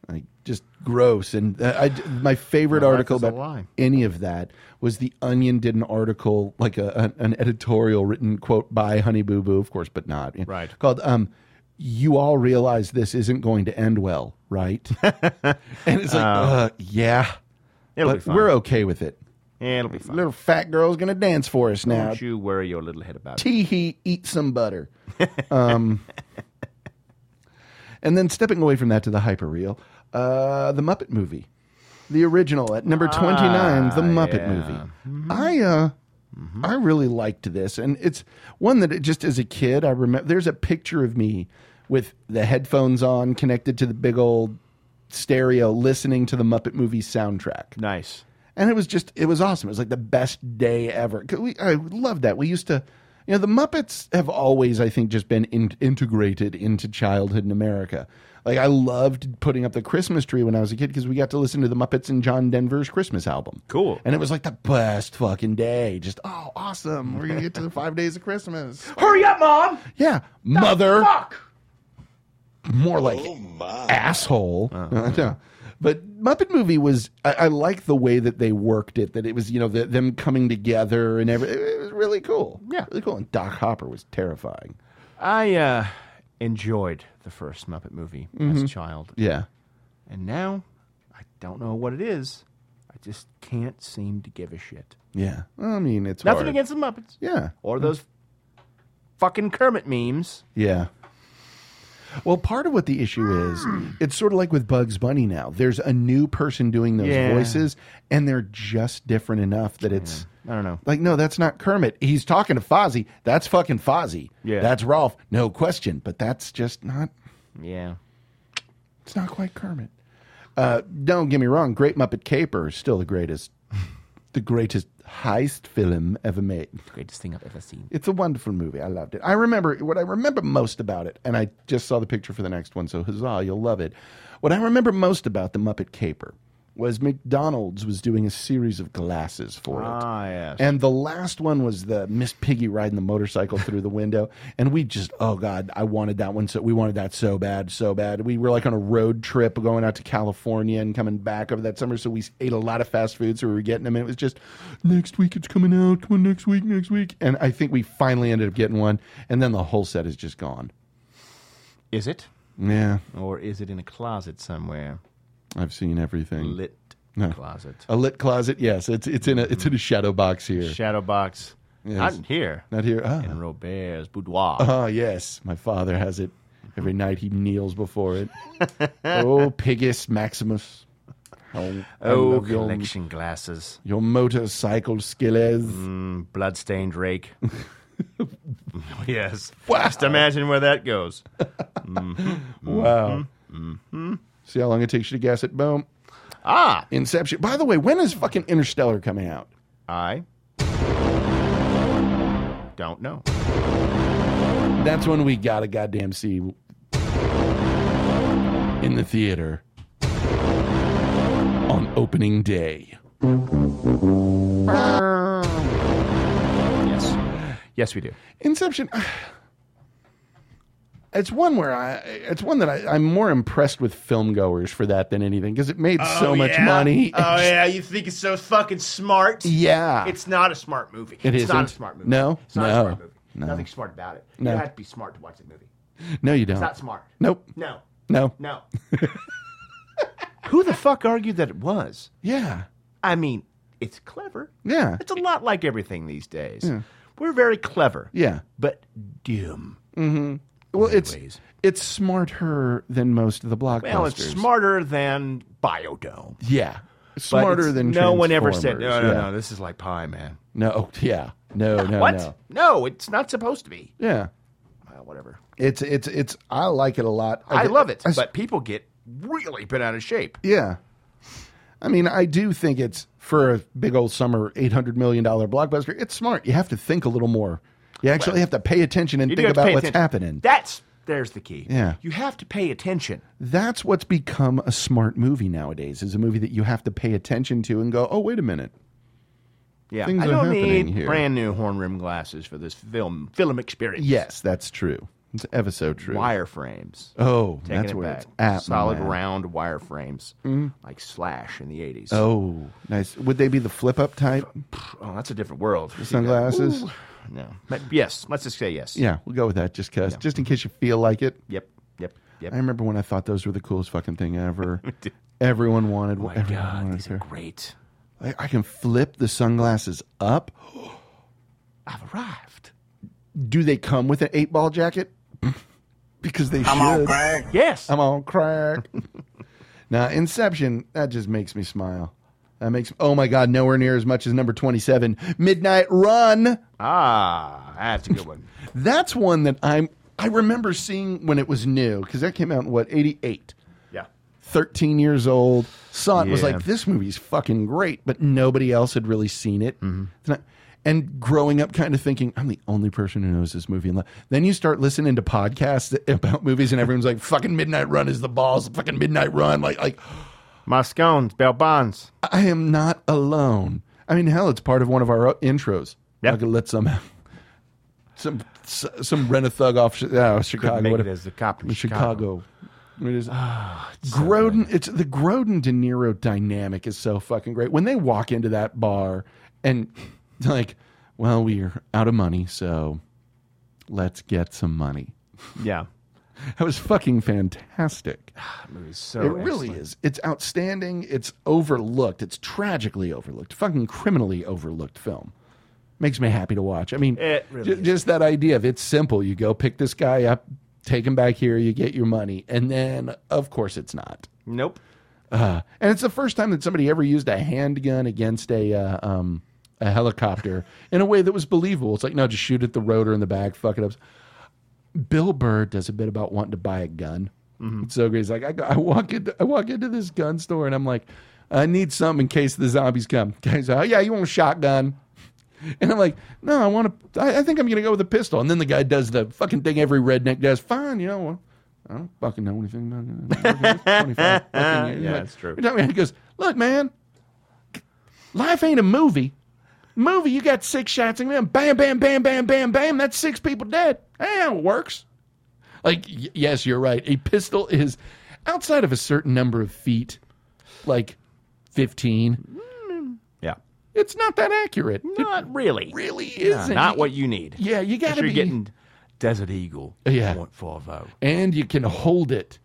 Like just gross, and uh, I my favorite My life article is a about lie. any of that was the Onion did an article like a an, an editorial written quote by Honey Boo Boo, of course, but not right called um. You all realize this isn't going to end well, right? and it's like, uh, yeah, It'll but be fine. we're okay with it. Oh, Yeah, it'll be fine. Little fat girl's gonna dance for us now. Don't you worry your little head about it. Tee hee, eat some butter. Um, and then stepping away from that to the hyperreal, uh, the Muppet movie, the original at number twenty nine, the Ah, Muppet yeah. Mm-hmm. movie. I uh, I really liked this, and it's one that it just as a kid I remember. There's a picture of me with the headphones on, connected to the big old stereo, listening to the Muppet movie soundtrack. Nice. And it was just, it was awesome. It was like the best day ever. 'Cause We, I love that. We used to, you know, the Muppets have always, I think, just been in, integrated into childhood in America. Like, I loved putting up the Christmas tree when I was a kid because we got to listen to the Muppets and John Denver's Christmas album. Cool. And it was like the best fucking day. Just, oh, awesome. We're going to get to the five days of Christmas. Hurry up, Mom! Yeah. Mother. More like asshole. No. But Muppet Movie was, I, I like the way that they worked it, that it was, you know, the, them coming together and everything. It was really cool. Yeah. Really cool. And Doc Hopper was terrifying. I uh, enjoyed the first Muppet movie as a Mhm. child. Yeah. And now, I don't know what it is. I just can't seem to give a shit. Yeah. I mean, it's Nothing hard. against the Muppets. Yeah. Or those fucking Kermit memes. Yeah. Well, part of what the issue is, Hmm. it's sort of like with Bugs Bunny now. There's a new person doing those Yeah. voices, and they're just different enough that it's. I don't know. Like, no, that's not Kermit. He's talking to Fozzie. That's fucking Fozzie. Yeah. That's Rolf. No question. But that's just not. Yeah. It's not quite Kermit. Uh, don't get me wrong. Great Muppet Caper is still the greatest, the greatest heist film ever made. Greatest thing I've ever seen. It's a wonderful movie. I loved it. I remember what I remember most about it, and I just saw the picture for the next one, so huzzah, you'll love it. What I remember most about the Muppet Caper was McDonald's was doing a series of glasses for it. Ah, yes. And the last one was the Miss Piggy riding the motorcycle through the window. And we just, oh God, I wanted that one. So we wanted that so bad, so bad. We were like on a road trip going out to California and coming back over that summer. So we ate a lot of fast food. So we were getting them. And it was just, next week it's coming out. Come on, next week, next week. And I think we finally ended up getting one. And then the whole set is just gone. Is it? Yeah. Or is it in a closet somewhere? I've seen everything. Lit No. Oh, closet. A lit closet. Yes. It's, it's in a, it's in a shadow box here. Shadow box. Yes. Uh-huh. Not in here. Not here. Ah. In Robert's boudoir. Oh, yes. My Ah, father has it Every night he kneels before it. oh, Pigus Maximus. Oh, oh collection your, glasses. Your motorcycle skillet. Mm, bloodstained rake. yes. Wow. Just imagine where that goes. Mm-hmm. Wow. Mm-hmm. See how long it takes you to guess it. Boom. Ah. Inception. By the way, when is fucking Interstellar coming out? I don't know. That's when we got a goddamn see in the theater on opening day. Yes. Yes, we do. Inception. It's one where I, it's one that I, am I'm more impressed with film goers for that than anything because it made oh, so much yeah. money. Oh yeah, you think it's so fucking smart? Yeah, it's not a smart movie. Ah. It it's isn't. not a smart movie. No, it's not no. a smart movie. No. Nothing smart about it. No. You have to be smart to watch the movie. No, you don't. It's not smart. Nope. No. No. No. Who the fuck argued that it was? Yeah. I mean, it's clever. Yeah. It's a lot like everything these days. Yeah. We're very clever. Yeah. But dim. Mm-hmm. Well, it's Anyways. it's smarter than most of the blockbusters. Well, it's smarter than Biodome. Yeah. But Smarter it's- than no one ever said. No, Transformers. no, Yeah. no. This is like pie, man. No, oh, yeah. No, no, what? no. it's not supposed to be. Yeah. Well, whatever. It's it's it's I like it a lot. I, get- love it, I s- but people get really bent out of shape. yeah. I mean, I do think it's for a big old summer 800 million dollar blockbuster. It's smart. You have to think a little more. You actually have to pay attention and You do have think to about pay what's attention. happening. That's there's the key. Yeah. you have to pay attention. That's what's become a smart movie nowadays. Is a movie that you have to pay attention to and go, "Oh, wait a minute." Yeah, Things I are don't happening need here. brand new horn rim glasses for this film film experience. Yes, that's true. It's ever so true. wireframes. Oh, Taking that's it where back. it's at, my Solid man. round wireframes, like Slash in the eighties. Oh, nice. Would they be the flip up type Oh, that's a different world. sunglasses? Ooh. No, but yes. Let's just say yes. Yeah, we'll go with that just cause, just in case you feel like it. Yep. Yep. Yep. I remember when I thought those were the coolest fucking thing ever. everyone wanted. Oh my everyone God, wanted these are pair. great. I, I can flip the sunglasses up. I've arrived. Do they come with an eight ball jacket? because they should. Yes. I'm on crack. now, Inception, that just makes me smile. That makes, oh my God, nowhere near as much as number 27, Midnight Run. Ah, that's a good one. That's one that I'm, I remember seeing when it was new because that came out in what, 88? yeah. 13 years old, saw it, and was Yeah. like, this movie's fucking great, but nobody else had really seen it. It's not- And growing up, kind of thinking, I'm the only person who knows this movie. And lo-" then you start listening to podcasts about movies, and everyone's like, fucking Midnight Run is the balls, fucking Midnight Run. Like, like Moscones, Bell Bonds. I am not alone. I mean, hell, it's part of one of our uh, intros. Yeah. I could let some some some rent a thug off Chi- uh, Chicago. make what it if- as the cop in Ah, Chicago. It is Groden. it's the Groden De Niro dynamic is so fucking great when they walk into that bar and like, well, we're out of money, so let's get some money. Yeah. That was fucking fantastic. That movie's so It really is. It's outstanding. It's overlooked. It's tragically overlooked. Fucking criminally overlooked film. Makes me happy to watch. I mean, It really ju- is. just that idea of it's simple. You go pick this guy up, take him back here, you get your money, and then of course it's not. Nope. Uh, and it's the first time that somebody ever used a handgun against a uh, um, a helicopter in a way that was believable. It's like no, just shoot at the rotor in the back, fuck it up. Bill Burr does a bit about wanting to buy a gun. Mm-hmm. It's so great. He's like, I, go- I walk into I walk into this gun store and I'm like, I need something in case the zombies come. Guys, oh yeah, you want a shotgun? And I'm like, no, I want to. I, I think I'm going to go with a pistol. And then the guy does the fucking thing every redneck does. Fine, you know. Well, I don't fucking know anything about it. 25 fucking years. Yeah, Like, that's true. you're talking- He goes, look, man, life ain't a movie. Movie, you got six shots and bam, bam, bam, bam, bam, bam, bam. That's six people dead. Yeah, it works. Like, y- yes, you're right. A pistol is outside of a certain number of feet, like 15. Yeah. It's not that accurate. It Not really. really Yeah, isn't. not what you need. Yeah, you gotta Unless you're be- getting Desert Eagle. Yeah. Point five oh. And you can hold it.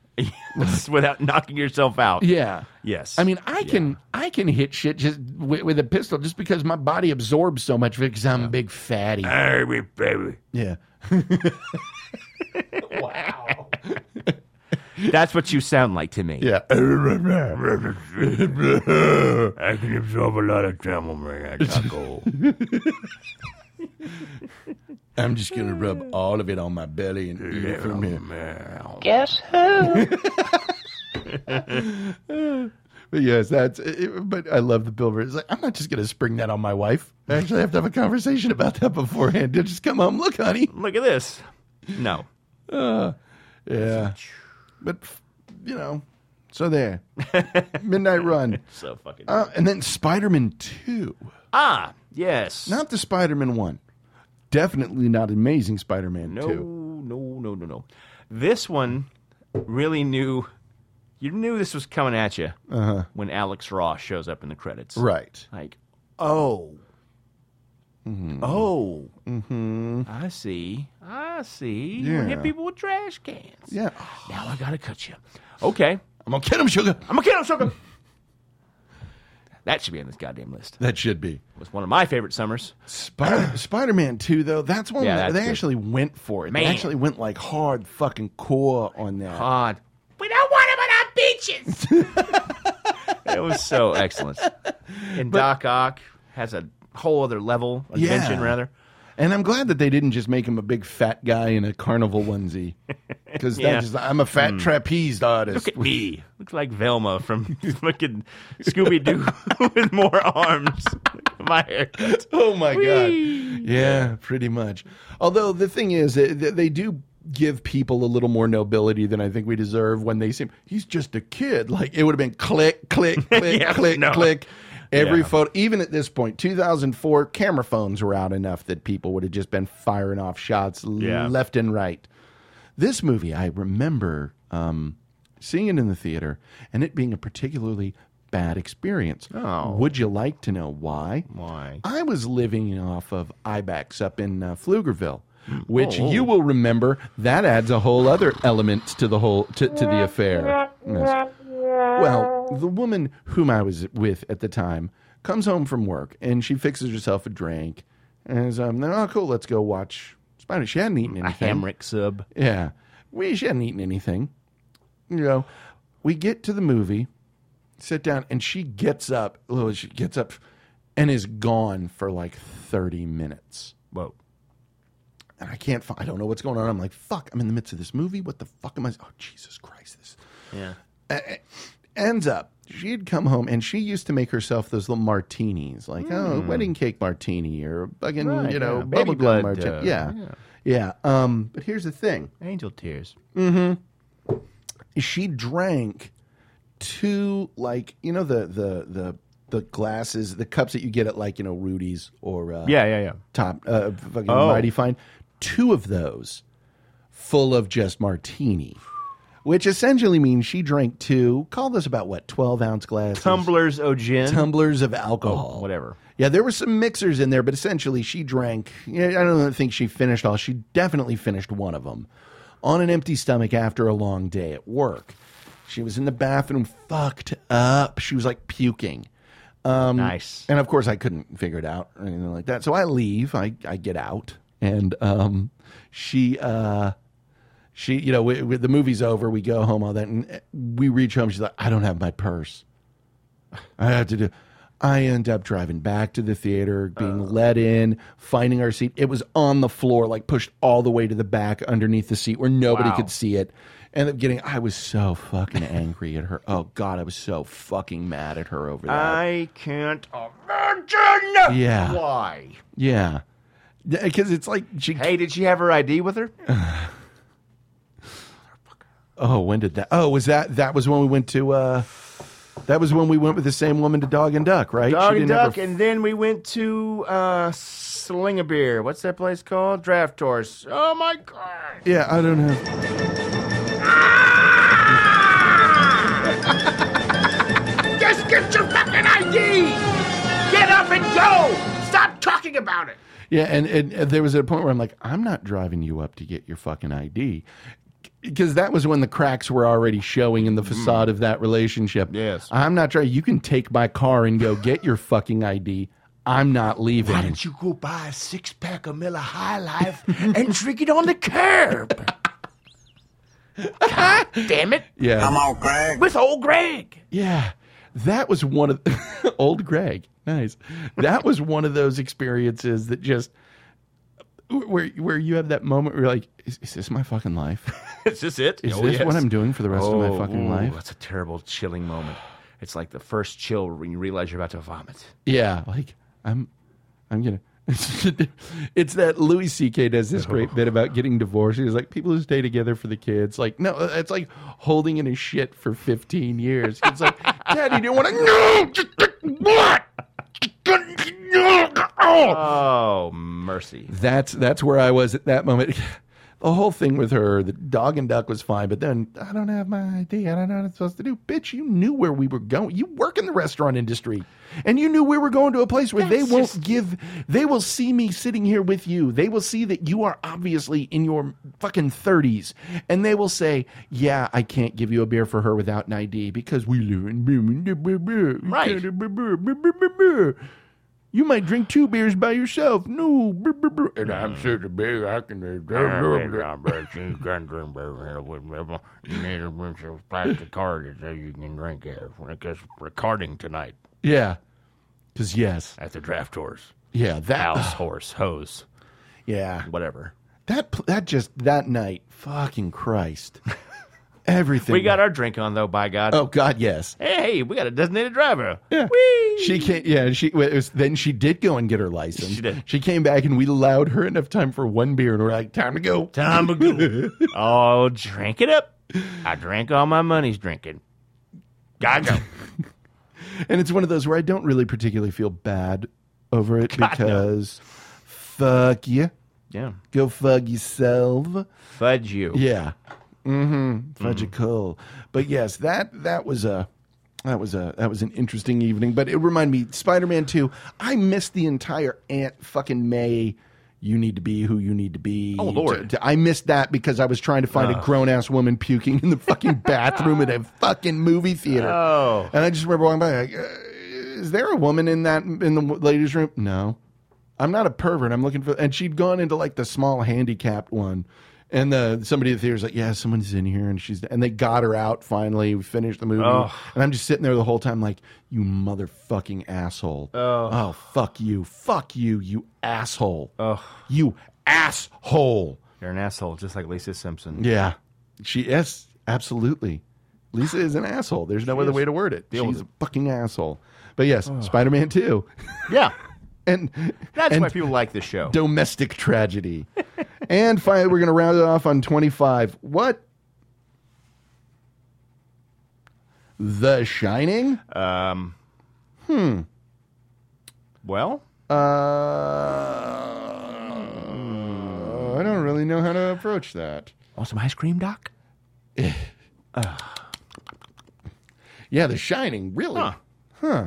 Yes, Without knocking yourself out. Yeah. Yes. I mean, I can I can hit shit just with, with a pistol just because my body absorbs so much because I'm a big fatty. Baby, baby. Yeah. Wow. That's what you sound like to me. Yeah. I can absorb a lot of travel, man. Taco. I'm just gonna rub all of it on my belly and eat it from here. Guess who? But yes, that's. It, but I love the Bill. Murray. It's like I'm not just gonna spring that on my wife. I actually have to have a conversation about that beforehand. You'll just come home. Look, honey. Look at this. No. Uh, yeah. But you know, so there. Midnight Run. so fucking. Uh, and then Spider Man Two. Ah, yes. Not the Spider Man One. Definitely not Amazing Spider Man No, Two. no, no, no, no. This one really knew. You knew this was coming at you Uh-huh. when Alex Ross shows up in the credits. Right. Like, oh. Oh. Mm-hmm. I see. I see. You wanna Yeah. hit people with trash cans. Yeah. Now I gotta cut you. Okay. I'm gonna kill him, sugar. I'm gonna kill him, sugar. that should be on this goddamn list. That should be. It was one of my favorite summers. Spider Spider Man Two though. That's one Yeah, that that's they good. actually went for it. They Man. actually went like hard fucking core on that. Hard. we don't want him on our beaches. It was so excellent. And Doc Ock has a whole other level, a Yeah. dimension rather. And I'm glad that they didn't just make him a big fat guy in a carnival onesie. Because Yeah. that's just, I'm a fat Hmm. trapeze artist. Look at me. Looks like Velma from fucking Scooby Doo with more arms. My haircut. Oh my god. Yeah, pretty much. Although the thing is, uh, th- they do give people a little more nobility than I think we deserve when they seem he's just a kid. Like it would have been click, click, click, Yeah, click, no. click. Every Yeah. photo, even at this point, 2004, camera phones were out enough that people would have just been firing off shots l- Yeah. left and right. This movie, I remember um, seeing it in the theater and it being a particularly bad experience. Oh. Would you like to know why? Why? I was living off of Ibex up in uh, Pflugerville, which Oh. you will remember that adds a whole other element to the whole to, to the affair. Yes. Well, the woman whom I was with at the time comes home from work and she fixes herself a drink and is um, oh cool, let's go watch Spider. She hadn't eaten anything. Hamrick sub. Yeah. We she hadn't eaten anything. You know, we get to the movie, sit down, and she gets up. Oh, she gets up and is gone for like 30 minutes. Whoa. And I can't find, I don't know what's going on. I'm like, fuck, I'm in the midst of this movie. What the fuck am I? Oh, Jesus Christ. This Yeah. Eh, ends up, she had come home and she used to make herself those little martinis, like, oh, Mm. wedding cake martini or fucking, Right, you know, yeah. Baby bubble blood, gum martini. uh, yeah. yeah. Yeah. Um, but here's the thing. Angel tears. Mm-hmm. She drank two, like you know the the the the glasses, the cups that you get at like you know Rudy's or uh, Yeah, yeah, yeah. top uh, fucking Oh. mighty fine. Two of those, full of just martini, which essentially means she drank two. Call this about what twelve ounce glasses, Tumblers of gin. tumblers of alcohol, Whatever. yeah, there were some mixers in there, but essentially she drank. Yeah, I don't think she finished all. She definitely finished one of them on an empty stomach after a long day at work. She was in the bathroom, fucked up. She was like puking. Um, Nice. And of course, I couldn't figure it out or anything like that. So I leave. I, I get out, and um, she uh, she you know we, we- the movie's over. We go home, all that, and uh, we reach home. She's like, I don't have my purse. I have to do. I end up driving back to the theater, being let in, finding our seat. It was on the floor, like pushed all the way to the back underneath the seat where nobody Wow. could see it. End up getting. I was so fucking angry at her. Oh God, I was so fucking mad at her over that. I can't imagine Yeah. why. yeah, because it's like she. Hey, did she have her ID with her? Oh, when did that? Oh, was that that was when we went to? uh That was when we went with the same woman to Dog and Duck, right? Dog She and didn't have Duck, her- and then we went to uh, Sling a Beer. What's that place called? Draft Horse. Oh my god! yeah, I don't know. Just get your fucking ID. Get up and go. Stop talking about it. Yeah, and, and and there was a point where I'm like, I'm not driving you up to get your fucking ID. Because that was when the cracks were already showing in the facade of that relationship. Yes. I'm not trying. You can take my car and go get your fucking ID. I'm not leaving. Why don't you go buy a six pack of Miller High Life and drink it on the curb? God damn it. Yeah. I'm old Greg. With old Greg. Yeah. That was one of old Greg. Nice. That was one of those experiences that just where where you have that moment where you're like, is, is this my fucking life? is this it? Oh, Is this what I'm doing for the rest of my fucking ooh, life? That's a terrible, chilling moment. It's like the first chill when you realize you're about to vomit. Yeah, like I'm, I'm gonna. it's that Louis C.K. does this great bit about getting divorced. He's like, people who stay together for the kids. Like, no, uh, it's like holding in a shit for 15 years. It's like, Daddy, do you want to? No, just, what? Oh, mercy. That's that's where I was at that moment. The whole thing with her, the dog and duck was fine, but then I don't have my ID. I don't know what I'm supposed to do. Bitch, you knew where we were going. You work in the restaurant industry, and you knew we were going to a place where they won't give. They will see me sitting here with you. They will see that you are obviously in your fucking thirties, and they will say, "Yeah, I can't give you a beer for her without an ID because we live in right." You might drink two beers by yourself. No, brr, brr, brr. and I'm Mm. sure the beer I can. plastic card so you can drink it. I guess recording tonight Yeah, because yes, at the draft horse. yeah, that House, horse, hose. Yeah. Whatever. that pl- that just that night, fucking Christ, everything. We got our drink on, though, by God. Oh God, yes. Hey, we got a designated driver. Yeah. She can't. Yeah, she. well, It was, then she did go and get her license. She did. She came back and we allowed her enough time for one beer, and we're like, time to go. Time to go. oh, drink it up. I drank all my money's drinking. Gotta go. and it's one of those where I don't really particularly feel bad over it because fuck you. Yeah. Go fuck yourself. Fudge you. Yeah. Mm-hmm. Fudgical. But yes, that that was a that was a that was an interesting evening. But it reminded me, Spider Man Two. I missed the entire Aunt fucking May. You need to be who you need to be. Oh, Lord. T- t- I missed that because I was trying to find a Ugh. grown ass woman puking in the fucking bathroom at a fucking movie theater. Oh. And I just remember walking by. Like, uh, is there a woman in that in the ladies' room? No. I'm not a pervert. I'm looking for. And she'd gone into like the small handicapped one, and the somebody at the theater's like, "Yeah, someone's in here," and she's and they got her out finally. We finished the movie, Ugh. and I'm just sitting there the whole time like, "You motherfucking asshole! Ugh. Oh, fuck you, fuck you, you asshole! Oh, you asshole! You're an asshole, just like Lisa Simpson. Yeah, she yes, absolutely. Lisa is an asshole. There's no She other is. way to word it. Deal with She's a it. fucking asshole. But yes, Spider-Man Two. Yeah. and That's and why people like the show. domestic tragedy. and finally, we're going to round it off on 25. What? The Shining? Um, Hmm. well, Uh, I don't really know how to approach that. want some ice cream, Doc? Yeah, The Shining, really? Huh.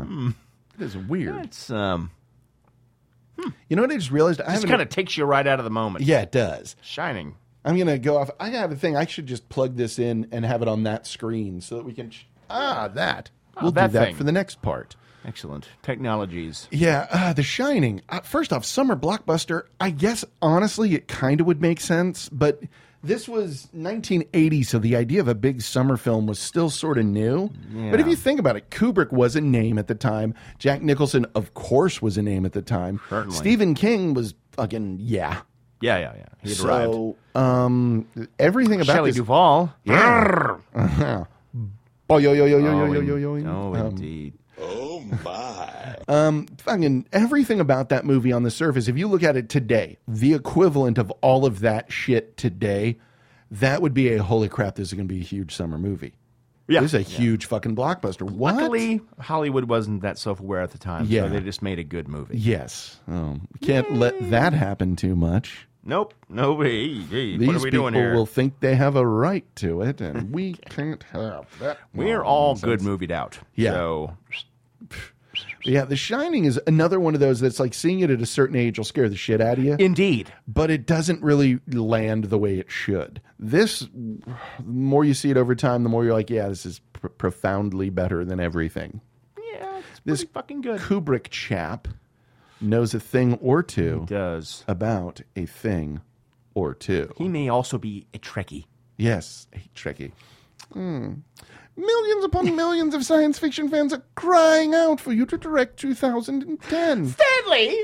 It is weird. That's um. You know what I just realized? I This haven't- e- kind of takes you right out of the moment. Yeah, it does. Shining. I'm going to go off. I have a thing. I should just plug this in and have it on that screen so that we can. Sh- ah, that. Ah, we'll that do that thing. for the next part. Excellent technologies. Yeah, uh, The Shining. Uh, first off, summer blockbuster. I guess honestly, it kind of would make sense, but this was 1980, so the idea of a big summer film was still sort of new. But if Yeah. you think about it, Kubrick was a name at the time. Jack Nicholson, of course, was a name at the time. Certainly. Stephen King was fucking yeah. Yeah, yeah, yeah. He had arrived. so um, everything about Shelley this. Duvall. Yeah. Uh-huh. Oh yo yo yo yo yo yo yo yo. yo. Oh, Um, indeed. Oh my. Um, fucking everything about that movie on the surface, if you look at it today, the equivalent of all of that shit today, that would be a holy crap, this is going to be a huge summer movie. Yeah. This is a huge fucking blockbuster. What? Luckily, Hollywood wasn't that self-aware at the time, Yeah. so they just made a good movie. Yes. Oh, can't let that happen too much. Nope. No. Hey, hey, These what are we people doing here? will think they have a right to it, and we can't have that. We're nonsense. all good movied out. Yeah. So Yeah, The Shining is another one of those that's like seeing it at a certain age will scare the shit out of you. Indeed. But it doesn't really land the way it should. This, the more you see it over time, the more you're like, yeah, this is pr- profoundly better than everything. yeah, it's This pretty fucking good. Kubrick chap knows a thing or two does about a thing or two. He may also be a Trekkie. Yes, hey, Trekkie. Mm. Millions upon millions of science fiction fans are crying out for you to direct 2010. Stanley!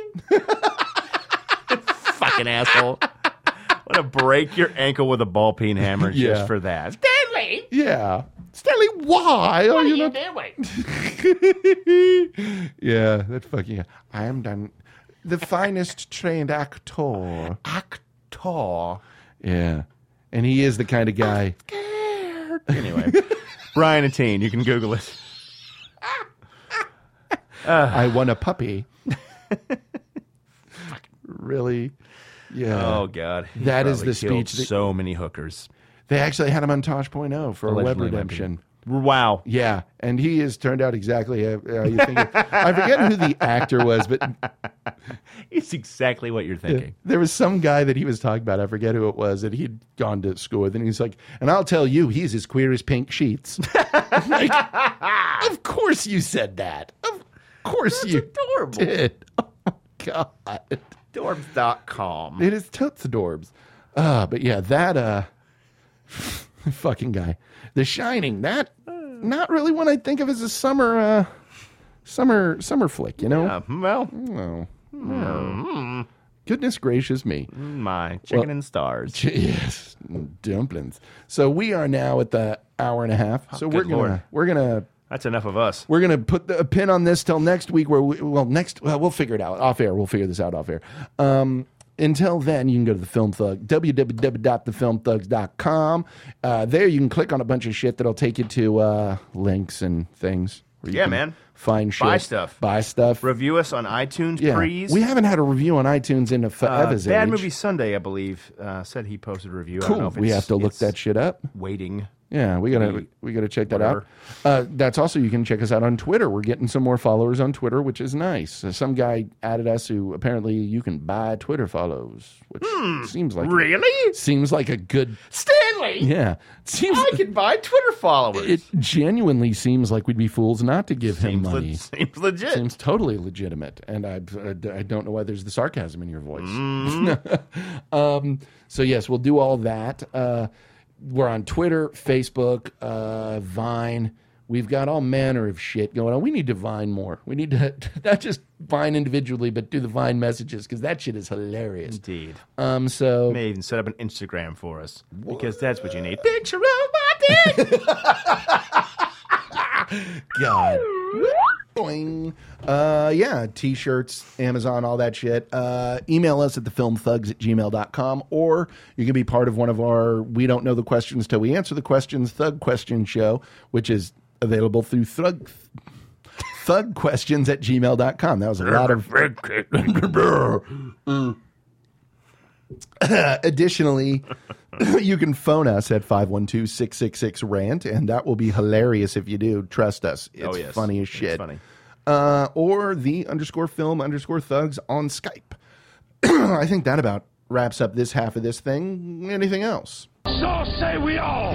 Fucking asshole. Want to break your ankle with a ball peen hammer Yeah. just for that. Stanley! Yeah. Stanley, why are What are you you not? yeah, that fucking. I am done. The finest trained actor. Actor. Yeah. And he is the kind of guy. Anyway, Brian Atteen, you can Google it. I want a puppy. really? Yeah. Oh God, He That is probably the killed speech. That, so many hookers. They actually had him on Tosh Point oh for a web Allegedly, might be. redemption. Wow. Yeah, and he has turned out exactly how how you think. it- I forget who the actor was, but It's exactly what you're thinking. There was some guy that he was talking about. I forget who it was that he'd gone to school with, and he's like, "And I'll tell you, he's as queer as pink sheets." Like, of course you said that. Of course you adorable. did. Oh my god, Dorbs.com. it is totes adorbs. Uh, but yeah, that uh, fucking guy, The Shining. That not really one I think of as a summer uh, summer summer flick. You know? Uh, well, no. Goodness gracious me. Mm-hmm. My chicken Well- and stars. Yes, dumplings. So we are now at the hour and a half. so good we're gonna Lord. we're gonna That's enough of us. we're gonna put the, a pin on this till next week. Where we, well next well, we'll figure it out off air. We'll figure this out off air. Um, until then, you can go to the Film Thug www.thefilmthugs.com. Uh, there, you can click on a bunch of shit that'll take you to uh, links and things. where you Yeah, can man. Find shit. Buy stuff. Buy stuff. Review us on iTunes, yeah. please. We haven't had a review on iTunes in a Uh, forever. Bad age. Movie Sunday, I believe, uh, said he posted a review. I don't know Cool. if We it's- have to look it's that shit up. Waiting. Yeah, we gotta We- we, gotta check that whatever. out. Uh, that's also you can check us out on Twitter. We're getting some more followers on Twitter, which is nice. So Some guy added us who apparently you can buy Twitter follows, which seems like Hmm. really seems like a good Stanley. yeah. It Seems I can buy Twitter followers. it genuinely seems like we'd be fools not to give him Seems le- money. seems legit. Seems totally legitimate, and I, I, I don't know why there's the sarcasm in your voice. um, so yes, we'll do all that. Uh, we're on Twitter, Facebook, uh, Vine. We've got all manner of shit going on. We need to Vine more. We need to not just Vine individually, but do the Vine messages because that shit is hilarious. Indeed. Um, so May even set up an Instagram for us because that's what you need. Picture of my dick! God. Boing. Uh, yeah, t shirts, Amazon, all that shit. Uh, email us at thefilmthugs at gmail.com, or you can be part of one of our We Don't Know the Questions Till We Answer the Questions Thug Question Show, which is available through Thug. Thugquestions at gmail.com. That was a lot of. Mm. Additionally, you can phone us at 512 666 RANT, and that will be hilarious if you do. Trust us. It's Oh, yes. funny as It's shit. funny. Uh, or the underscore film underscore thugs on Skype. I think that about wraps up this half of this thing. Anything else? So say we all!